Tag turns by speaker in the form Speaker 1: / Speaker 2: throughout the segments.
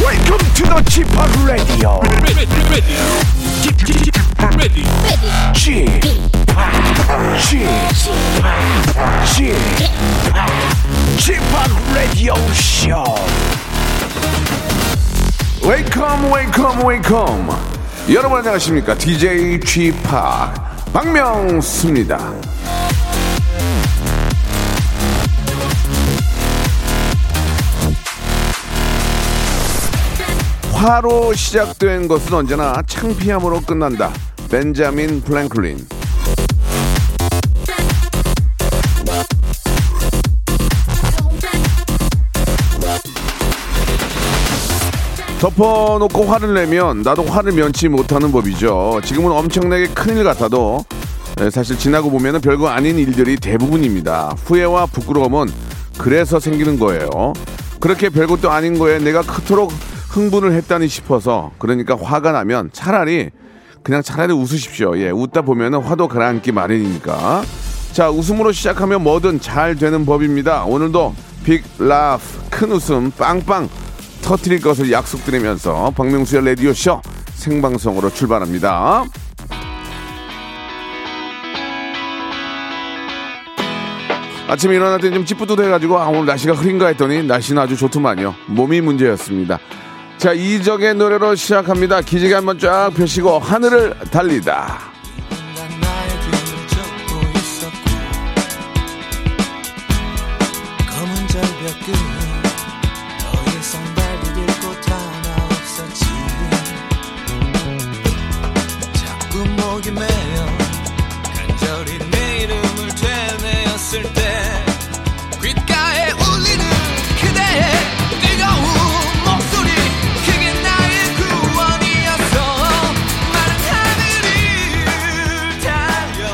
Speaker 1: Welcome to the Chip Radio.
Speaker 2: ready, ready, ready, ready.
Speaker 1: Chip, Chip, Chip, Chip Radio Show. Welcome, Welcome, Welcome. 여러분 안녕하십니까? DJ Chip 박명수입니다. 화로 시작된 것은 언제나 창피함으로 끝난다. 벤자민 플랭클린. 덮어놓고 화를 내면 나도 화를 면치 못하는 법이죠. 지금은 엄청나게 큰일 같아도 에, 사실 지나고 보면 별거 아닌 일들이 대부분입니다. 후회와 부끄러움은 그래서 생기는 거예요. 그렇게 별것도 아닌 거에 내가 그토록 흥분을 했다니 싶어서 그러니까 화가 나면 차라리 그냥 차라리 웃으십시오. 예, 웃다 보면은 화도 가라앉기 마련이니까. 자, 웃음으로 시작하면 뭐든 잘 되는 법입니다. 오늘도 빅 라프 큰 웃음 빵빵 터트릴 것을 약속드리면서 박명수의 라디오 쇼 생방송으로 출발합니다. 아침에 일어났더니 좀 찌뿌둥해가지고 아, 오늘 날씨가 흐린가 했더니 날씨는 아주 좋더만요. 몸이 문제였습니다. 자 이적의 노래로 시작합니다. 기지개 한번 쫙 펴시고 하늘을 달리다.
Speaker 3: 난 나의 뒤를 쫓고 있었고 검은 절벽 끝 더 이상 달릴 곳 하나 없었지 자꾸 목이 메어 간절히 내 이름을 되뇌었을 때 귓가에 울리는 그대의 뜨거운 목소리 그게 나의 구원이었어 마른 하늘을 달려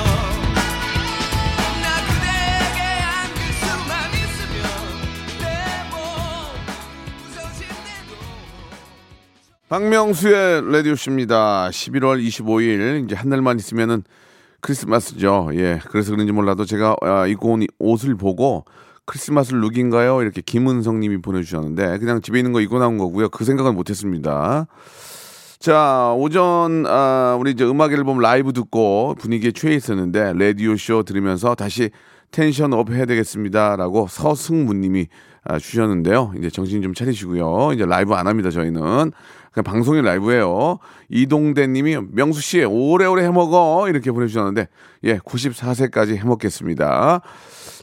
Speaker 3: 나 그대에게 안길 수만 있으면 내몸 무서워진 내도
Speaker 1: 박명수의 라디오쇼입니다. 11월 25일 이제 한 달만 있으면은 크리스마스죠. 예, 그래서 그런지 몰라도 제가 아, 입고 온 이- 옷을 보고 크리스마스 룩인가요? 이렇게 김은성님이 보내주셨는데 그냥 집에 있는 거 입고 나온 거고요. 그 생각은 못했습니다. 자, 오전 아, 우리 이제 음악 앨범 라이브 듣고 분위기에 취해 있었는데 라디오 쇼 들으면서 다시 텐션 업 해야 되겠습니다라고 서승무님이 아, 주셨는데요. 이제 정신 좀 차리시고요. 이제 라이브 안 합니다. 저희는 그냥 방송이 라이브예요. 이동대님이 명수 씨 오래오래 해먹어 이렇게 보내주셨는데 예, 94세까지 해먹겠습니다.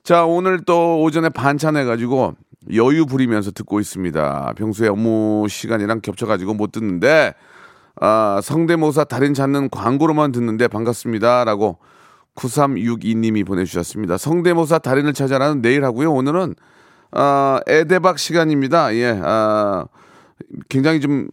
Speaker 1: 자, 오늘 또 오전에 반찬해가지고 여유 부리면서 듣고 있습니다. 평소에 업무 시간이랑 겹쳐가지고 못 듣는데, 아, 성대모사 달인 찾는 광고로만 듣는데 반갑습니다. 라고 9362님이 보내주셨습니다. 성대모사 달인을 찾아라는 내일 하고요. 오늘은, 아, 애대박 시간입니다. 예, 아, 굉장히 좀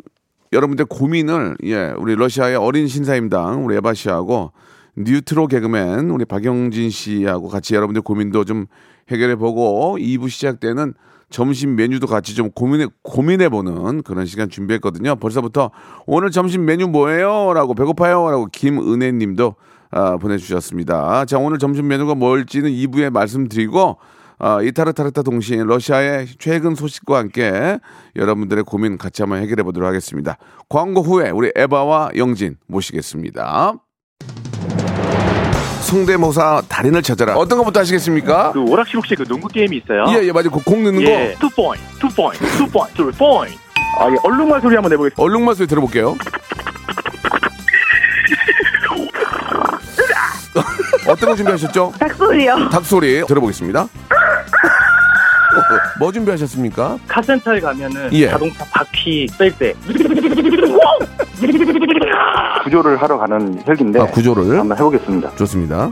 Speaker 1: 여러분들 고민을 예 우리 러시아의 어린 신사임당 우리 에바 씨하고 뉴트로 개그맨 우리 박영진 씨하고 같이 여러분들 고민도 좀 해결해 보고 2부 시작 때는 점심 메뉴도 같이 좀 고민해 고민해 보는 그런 시간 준비했거든요. 벌써부터 오늘 점심 메뉴 뭐예요라고 배고파요라고 김은혜 님도 아, 보내주셨습니다. 자, 오늘 점심 메뉴가 뭘지는 2부에 말씀드리고, 아, 이타르타르타 동시에 러시아의 최근 소식과 함께 여러분들의 고민 같이 한번 해결해 보도록 하겠습니다. 광고 후에 우리 에바와 영진 모시겠습니다. 성대모사 달인을 찾아라. 어떤 것부터 하시겠습니까?
Speaker 4: 그 오락실혹시 그 농구 게임이 있어요?
Speaker 1: 예, 예, 맞아요. 그공 넣는
Speaker 4: 예.
Speaker 1: 거.
Speaker 4: 투 포인트, 투 포인트, 투 포인트, 투 포인트. 아, 예. 얼룩말 소리 한번 내보겠습니다.
Speaker 1: 얼룩말 소리 들어볼게요. 어떤 거 준비하셨죠?
Speaker 5: 닭소리요.
Speaker 1: 닭소리 들어보겠습니다. 뭐 준비하셨습니까?
Speaker 4: 카센터에 가면은
Speaker 1: 예.
Speaker 4: 자동차 바퀴 뺄 때.
Speaker 6: 구조를 하러 가는 헬기인데
Speaker 1: 아, 구조를
Speaker 6: 네. 한번 해보겠습니다.
Speaker 1: 좋습니다.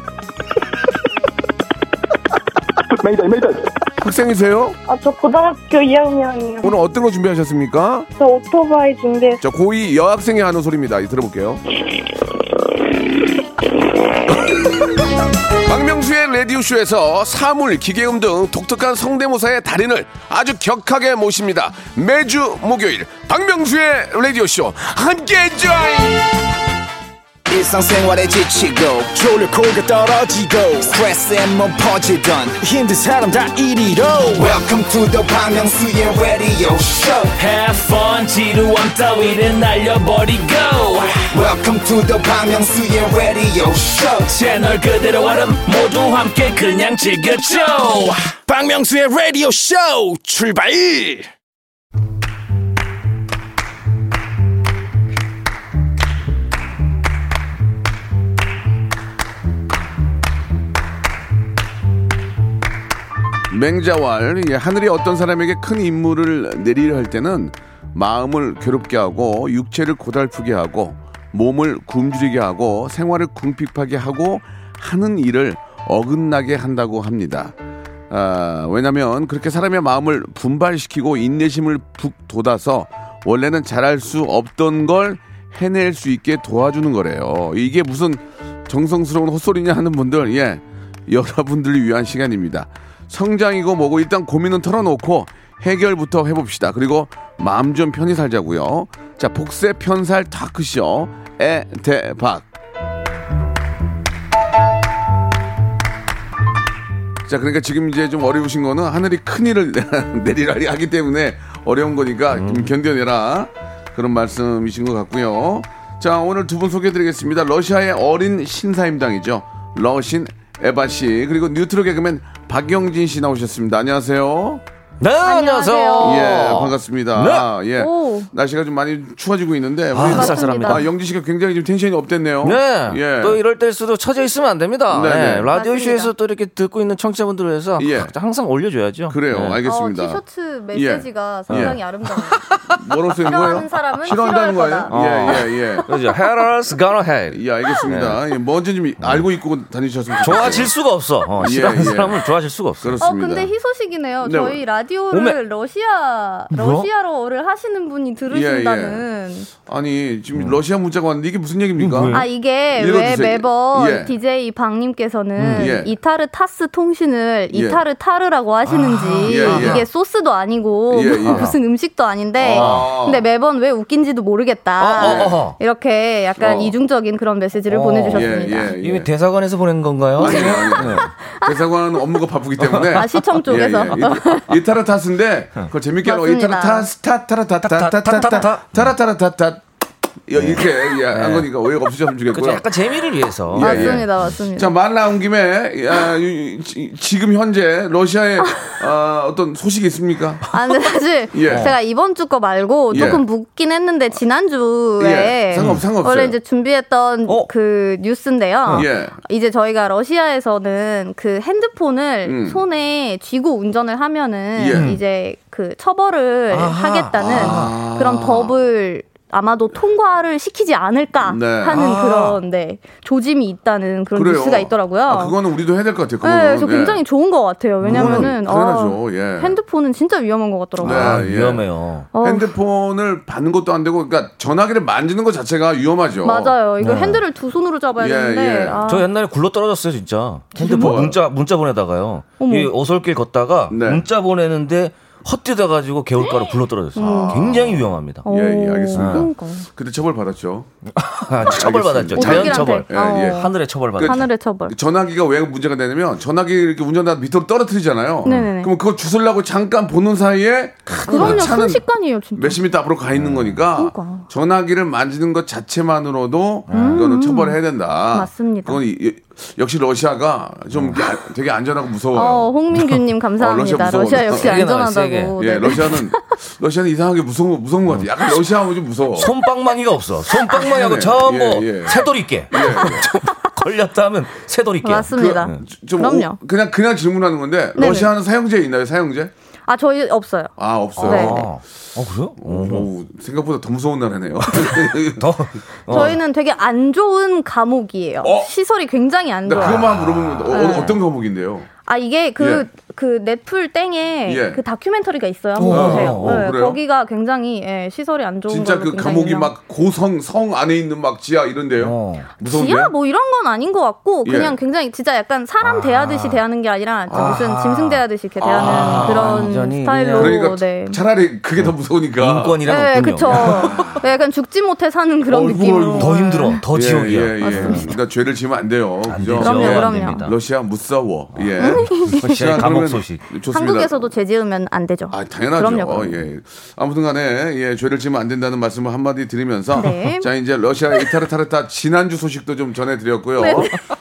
Speaker 6: 메이다이 메이다이.
Speaker 1: 학생이세요?
Speaker 5: 아, 저 고등학교 2학년이요.
Speaker 1: 오늘 어떤 거 준비하셨습니까?
Speaker 5: 저 오토바이 준비했어요.
Speaker 1: 자, 고2 여학생이 하는 소리입니다. 이 들어볼게요. 박명수의 라디오쇼에서 사물, 기계음 등 독특한 성대모사의 달인을 아주 격하게 모십니다. 매주 목요일 박명수의 라디오쇼 함께해 줘요.
Speaker 7: 일상생활에 지치고, 졸려 코가 떨어지고, 스트레스에 몸 퍼지던, 힘든 사람 다 이리로. welcome to the Bang Myung-soo's radio show
Speaker 8: Have fun, 따위를 날려버리고
Speaker 7: welcome to the 방명수의 radio show
Speaker 8: 채널 그대로 얼음 모두 함께 그냥 즐겨줘
Speaker 7: 방명수의 radio show 출발
Speaker 1: 맹자왈 예, 하늘이 어떤 사람에게 큰 임무를 내리려 할 때는 마음을 괴롭게 하고 육체를 고달프게 하고 몸을 굶주리게 하고 생활을 궁핍하게 하고 하는 일을 어긋나게 한다고 합니다. 아, 왜냐하면 그렇게 사람의 마음을 분발시키고 인내심을 북 돋아서 원래는 잘할 수 없던 걸 해낼 수 있게 도와주는 거래요. 이게 무슨 정성스러운 헛소리냐 하는 분들, 예, 여러분들을 위한 시간입니다. 성장이고 뭐고 일단 고민은 털어놓고 해결부터 해봅시다. 그리고 마음 좀 편히 살자고요. 자, 복세 편살 다크쇼 에 대박. 자, 그러니까 지금 이제 좀 어려우신 거는 하늘이 큰 일을 내리라 하기 때문에 어려운 거니까
Speaker 8: 음.
Speaker 1: 좀 견뎌내라. 그런 말씀이신 것 같고요. 자, 오늘 두 분 소개해드리겠습니다. 러시아의 어린 신사임당이죠. 러신 에바 씨, 그리고 뉴트로 개그맨 박영진 씨 나오셨습니다. 안녕하세요.
Speaker 8: 네 안녕하세요
Speaker 1: 예, 반갑습니다.
Speaker 8: 네.
Speaker 1: 아, 예.
Speaker 9: 오.
Speaker 1: 날씨가 좀 많이 추워지고 있는데.
Speaker 8: 아,
Speaker 1: 우리-
Speaker 8: 쌀쌀합니다.
Speaker 1: 아, 영진 씨가 굉장히 좀 텐션이 업됐네요.
Speaker 8: 네.
Speaker 1: 예.
Speaker 8: 또 이럴 때일수록 처져 있으면 안 됩니다.
Speaker 1: 네, 네.
Speaker 8: 네, 라디오
Speaker 9: 맞습니다.
Speaker 8: 쇼에서 또 이렇게 듣고 있는 청취자분들을 위해서
Speaker 1: 예.
Speaker 8: 각자 항상 올려줘야죠.
Speaker 1: 그래요.
Speaker 8: 네.
Speaker 1: 알겠습니다. 예.
Speaker 9: 어, 티셔츠 메시지가 상당히 아름다워요.
Speaker 1: 뭐로 쓰인 거예요?
Speaker 9: 싫어하는 사람은
Speaker 1: 싫어한다는
Speaker 9: 싫어할
Speaker 1: 거예요?
Speaker 9: 거다.
Speaker 8: 거다.
Speaker 1: 예, 예, 예.
Speaker 8: 그죠. Haters gonna hate.
Speaker 1: 예, 알겠습니다. 예, 뭔지 좀 알고 있고 다니셨으면 좋겠어요.
Speaker 8: 네. 좋아질 수가 없어. 어,
Speaker 1: 예,
Speaker 8: 싫어하는
Speaker 1: 예.
Speaker 8: 사람은 좋아질 수가 없어.
Speaker 1: 그렇습니다.
Speaker 9: 어 근데 희소식이네요.
Speaker 1: 네.
Speaker 9: 저희 라디오를
Speaker 8: 오메.
Speaker 9: 러시아 러시아로를 하시는 분이 들으신다는.
Speaker 1: 아니,
Speaker 8: 음.
Speaker 1: 지금 러시아 문자가 왔는데 이게 무슨 얘기입니까? 예,
Speaker 9: 아 이게 왜
Speaker 1: 읽어주세요.
Speaker 9: 매번
Speaker 1: 예.
Speaker 9: DJ 박님께서는
Speaker 1: 예.
Speaker 9: 이타르 타스 통신을
Speaker 1: 예.
Speaker 9: 이타르 타르라고 하시는지
Speaker 1: 예, 예.
Speaker 9: 이게 소스도 아니고
Speaker 1: 예, 예.
Speaker 9: 무슨 음식도 아닌데
Speaker 1: 아.
Speaker 9: 근데 매번 왜 웃긴지도 모르겠다
Speaker 8: 어, 어, 어.
Speaker 9: 이렇게 약간
Speaker 1: 어.
Speaker 9: 이중적인 그런 메시지를
Speaker 8: 어.
Speaker 9: 보내주셨습니다.
Speaker 1: 예, 예, 예.
Speaker 8: 이미 대사관에서 보낸 건가요?
Speaker 1: 아니요, 아니요. 대사관은 업무가 바쁘기
Speaker 8: 어.
Speaker 1: 때문에. 예,
Speaker 9: 아, 시청 쪽에서.
Speaker 1: 이타라타스인데, 그거 재밌게 하고,
Speaker 9: 맞습니다.
Speaker 1: 이타라타스, 타타라타타타타타, 타라타라타타. 이렇게 예,
Speaker 8: 네.
Speaker 1: 한 거니까 오해가 없으셨으면
Speaker 8: 그죠.
Speaker 1: 좋겠고요.
Speaker 8: 약간 재미를 위해서.
Speaker 1: 예, 예.
Speaker 9: 맞습니다, 맞습니다.
Speaker 1: 자, 말 나온 김에, 야, 이- 이- 지금 현재 러시아에 아, 어떤 소식이 있습니까?
Speaker 9: 아, 근데 사실
Speaker 1: 예.
Speaker 9: 제가 이번 주 거 말고
Speaker 1: 예.
Speaker 9: 조금 묻긴 했는데 지난주에
Speaker 1: 예, 상관없- 상관없어요.
Speaker 9: 원래 이제 준비했던
Speaker 8: 어?
Speaker 9: 그 뉴스인데요.
Speaker 1: 예.
Speaker 9: 이제 저희가 러시아에서는 그 핸드폰을
Speaker 1: 음.
Speaker 9: 손에 쥐고 운전을 하면은
Speaker 1: 예.
Speaker 9: 이제 그 처벌을
Speaker 8: 아하.
Speaker 9: 하겠다는
Speaker 1: 아.
Speaker 9: 그런 법을 아마도 통과를 시키지 않을까
Speaker 1: 네.
Speaker 9: 하는
Speaker 8: 아.
Speaker 9: 그런 네, 조짐이 있다는 그런
Speaker 1: 그래요.
Speaker 9: 뉴스가 있더라고요.
Speaker 1: 아, 그거는 우리도 해야 될 것 같아요.
Speaker 9: 네,
Speaker 1: 그거는. 예.
Speaker 9: 그래서 굉장히 좋은 것 같아요. 왜냐면은 어,
Speaker 1: 그거는 당연하죠. 예.
Speaker 9: 핸드폰은 진짜 위험한 것 같더라고요.
Speaker 1: 네.
Speaker 8: 아,
Speaker 1: 예.
Speaker 8: 위험해요.
Speaker 9: 어,
Speaker 1: 핸드폰을 받는 것도 안 되고, 그러니까 전화기를 만지는 것 자체가 위험하죠.
Speaker 9: 맞아요. 이거
Speaker 8: 네.
Speaker 9: 핸들을 두 손으로 잡아야
Speaker 1: 예,
Speaker 9: 되는데
Speaker 1: 예.
Speaker 9: 아,
Speaker 8: 저 옛날에 굴러 떨어졌어요, 진짜. 핸드폰
Speaker 1: 뭐야?
Speaker 8: 문자 문자 보내다가요.
Speaker 9: 어머.
Speaker 8: 이 어설길 걷다가
Speaker 1: 네.
Speaker 8: 문자 보내는데 헛디뎌 가지고 개울가로 굴러 떨어졌어요.
Speaker 1: 아.
Speaker 8: 굉장히 위험합니다.
Speaker 1: 예, 예, 알겠습니다.
Speaker 9: 그러니까.
Speaker 1: 그때 처벌 받았죠.
Speaker 8: 아, 처벌받았죠.
Speaker 9: 오백일한테.
Speaker 8: 네, 자연 처벌.
Speaker 1: 예, 예.
Speaker 9: 어,
Speaker 8: 하늘의 처벌받았죠.
Speaker 9: 하늘의 처벌.
Speaker 1: 전화기가 왜 문제가 되냐면 전화기 이렇게 운전하다 밑으로 떨어뜨리잖아요.
Speaker 9: 네네네.
Speaker 1: 그럼 그거 주술라고 잠깐 보는 사이에
Speaker 9: 그럼요.
Speaker 1: 차는
Speaker 9: 순식간이에요, 진짜.
Speaker 1: 몇십 미터 앞으로 가 있는 거니까
Speaker 9: 그러니까. 음.
Speaker 1: 전화기를 만지는 것 자체만으로도 이거는 처벌해야 된다.
Speaker 9: 맞습니다. 음.
Speaker 1: 그건 이- 이- 역시 러시아가 좀 이게 안- 되게 안전하고 무서워요.
Speaker 9: 어, 홍민규님 감사합니다.
Speaker 1: 어, 러시아
Speaker 9: 러시아,
Speaker 1: 무서워.
Speaker 9: 역시
Speaker 8: 세게 나와요,
Speaker 9: 안전하다고.
Speaker 1: 예,
Speaker 9: 네. 그렇죠.
Speaker 1: 러시아는 러시아는 이상하게 무서운 무서운 것 같아. 약간 러시아하고 좀 무서워.
Speaker 8: 손빵망이가 없어. 손빵망이하고 처음 뭐
Speaker 1: 그 예, 예.
Speaker 8: 새돌 있게. 좀 걸렸다 하면 새돌 있게.
Speaker 9: 맞습니다.
Speaker 8: 네.
Speaker 1: 좀
Speaker 9: 그럼요.
Speaker 1: 오- 그냥 그냥 질문하는 건데
Speaker 9: 네네.
Speaker 1: 러시아는 사형제 있나요? 사형제?
Speaker 9: 아 저희 없어요.
Speaker 1: 아 없어요.
Speaker 9: 네.
Speaker 8: 아, 어, 그래요?
Speaker 1: 오, 생각보다 더 무서운 나라네요.
Speaker 8: 더 어.
Speaker 9: 저희는 되게 안 좋은 감옥이에요.
Speaker 1: 어?
Speaker 9: 시설이 굉장히 안
Speaker 1: 나
Speaker 9: 좋아요.
Speaker 1: 그것만 물어보면 어,
Speaker 9: 네.
Speaker 1: 어떤 과목인데요?
Speaker 9: 아 이게 그 그 넷플 땡에
Speaker 1: 예.
Speaker 9: 그 다큐멘터리가 있어요.
Speaker 8: 어,
Speaker 9: 한번 보세요.
Speaker 8: 어,
Speaker 1: 어,
Speaker 9: 네,
Speaker 1: 그래요?
Speaker 9: 거기가 굉장히 예, 시설이 안 좋은
Speaker 1: 진짜
Speaker 9: 걸로
Speaker 1: 그
Speaker 9: 굉장히
Speaker 1: 감옥이
Speaker 9: 유명-
Speaker 1: 막 고성 성 안에 있는 막 지하 이런데요.
Speaker 8: 어.
Speaker 1: 무서운데요?
Speaker 9: 지하 뭐 이런 건 아닌 것 같고 그냥
Speaker 1: 예. 아.
Speaker 9: 굉장히 진짜 약간 사람 대하듯이 대하는 게 아니라 좀 무슨 짐승 대하듯이 이렇게 대하는 그런
Speaker 8: 완전히
Speaker 9: 스타일로
Speaker 8: 그냥-
Speaker 1: 아. 그러니까
Speaker 9: 네.
Speaker 1: 차라리 그게 더 무서우니까.
Speaker 8: 인권이랑
Speaker 9: 네,
Speaker 8: 없군요.
Speaker 1: 어,
Speaker 9: 그쵸. 네, 약간 죽지 못해 사는 그런
Speaker 1: 어이구,
Speaker 9: 느낌으로.
Speaker 8: 더 힘들어. 더
Speaker 1: 예,
Speaker 8: 지옥이야.
Speaker 1: 예, 예. 그러니까 죄를 지으면 안 돼요.
Speaker 8: 안
Speaker 1: 그죠?
Speaker 8: 되죠.
Speaker 9: 그럼요,
Speaker 1: 예.
Speaker 9: 그럼요.
Speaker 8: 안 됩니다.
Speaker 1: 러시아 무서워. 예.
Speaker 8: 러시아의
Speaker 1: 자, 그러면 그러면
Speaker 8: 소식.
Speaker 1: 좋습니다.
Speaker 9: 한국에서도 죄지으면 안 되죠.
Speaker 1: 아, 당연하죠.
Speaker 9: 그럼요. 그럼요.
Speaker 1: 예. 아무튼 간에, 예, 죄를 지면 안 된다는 말씀을 한마디 드리면서.
Speaker 9: 네.
Speaker 1: 자, 이제 러시아 이타르타르타 지난주 소식도 좀 전해드렸고요.
Speaker 9: 네.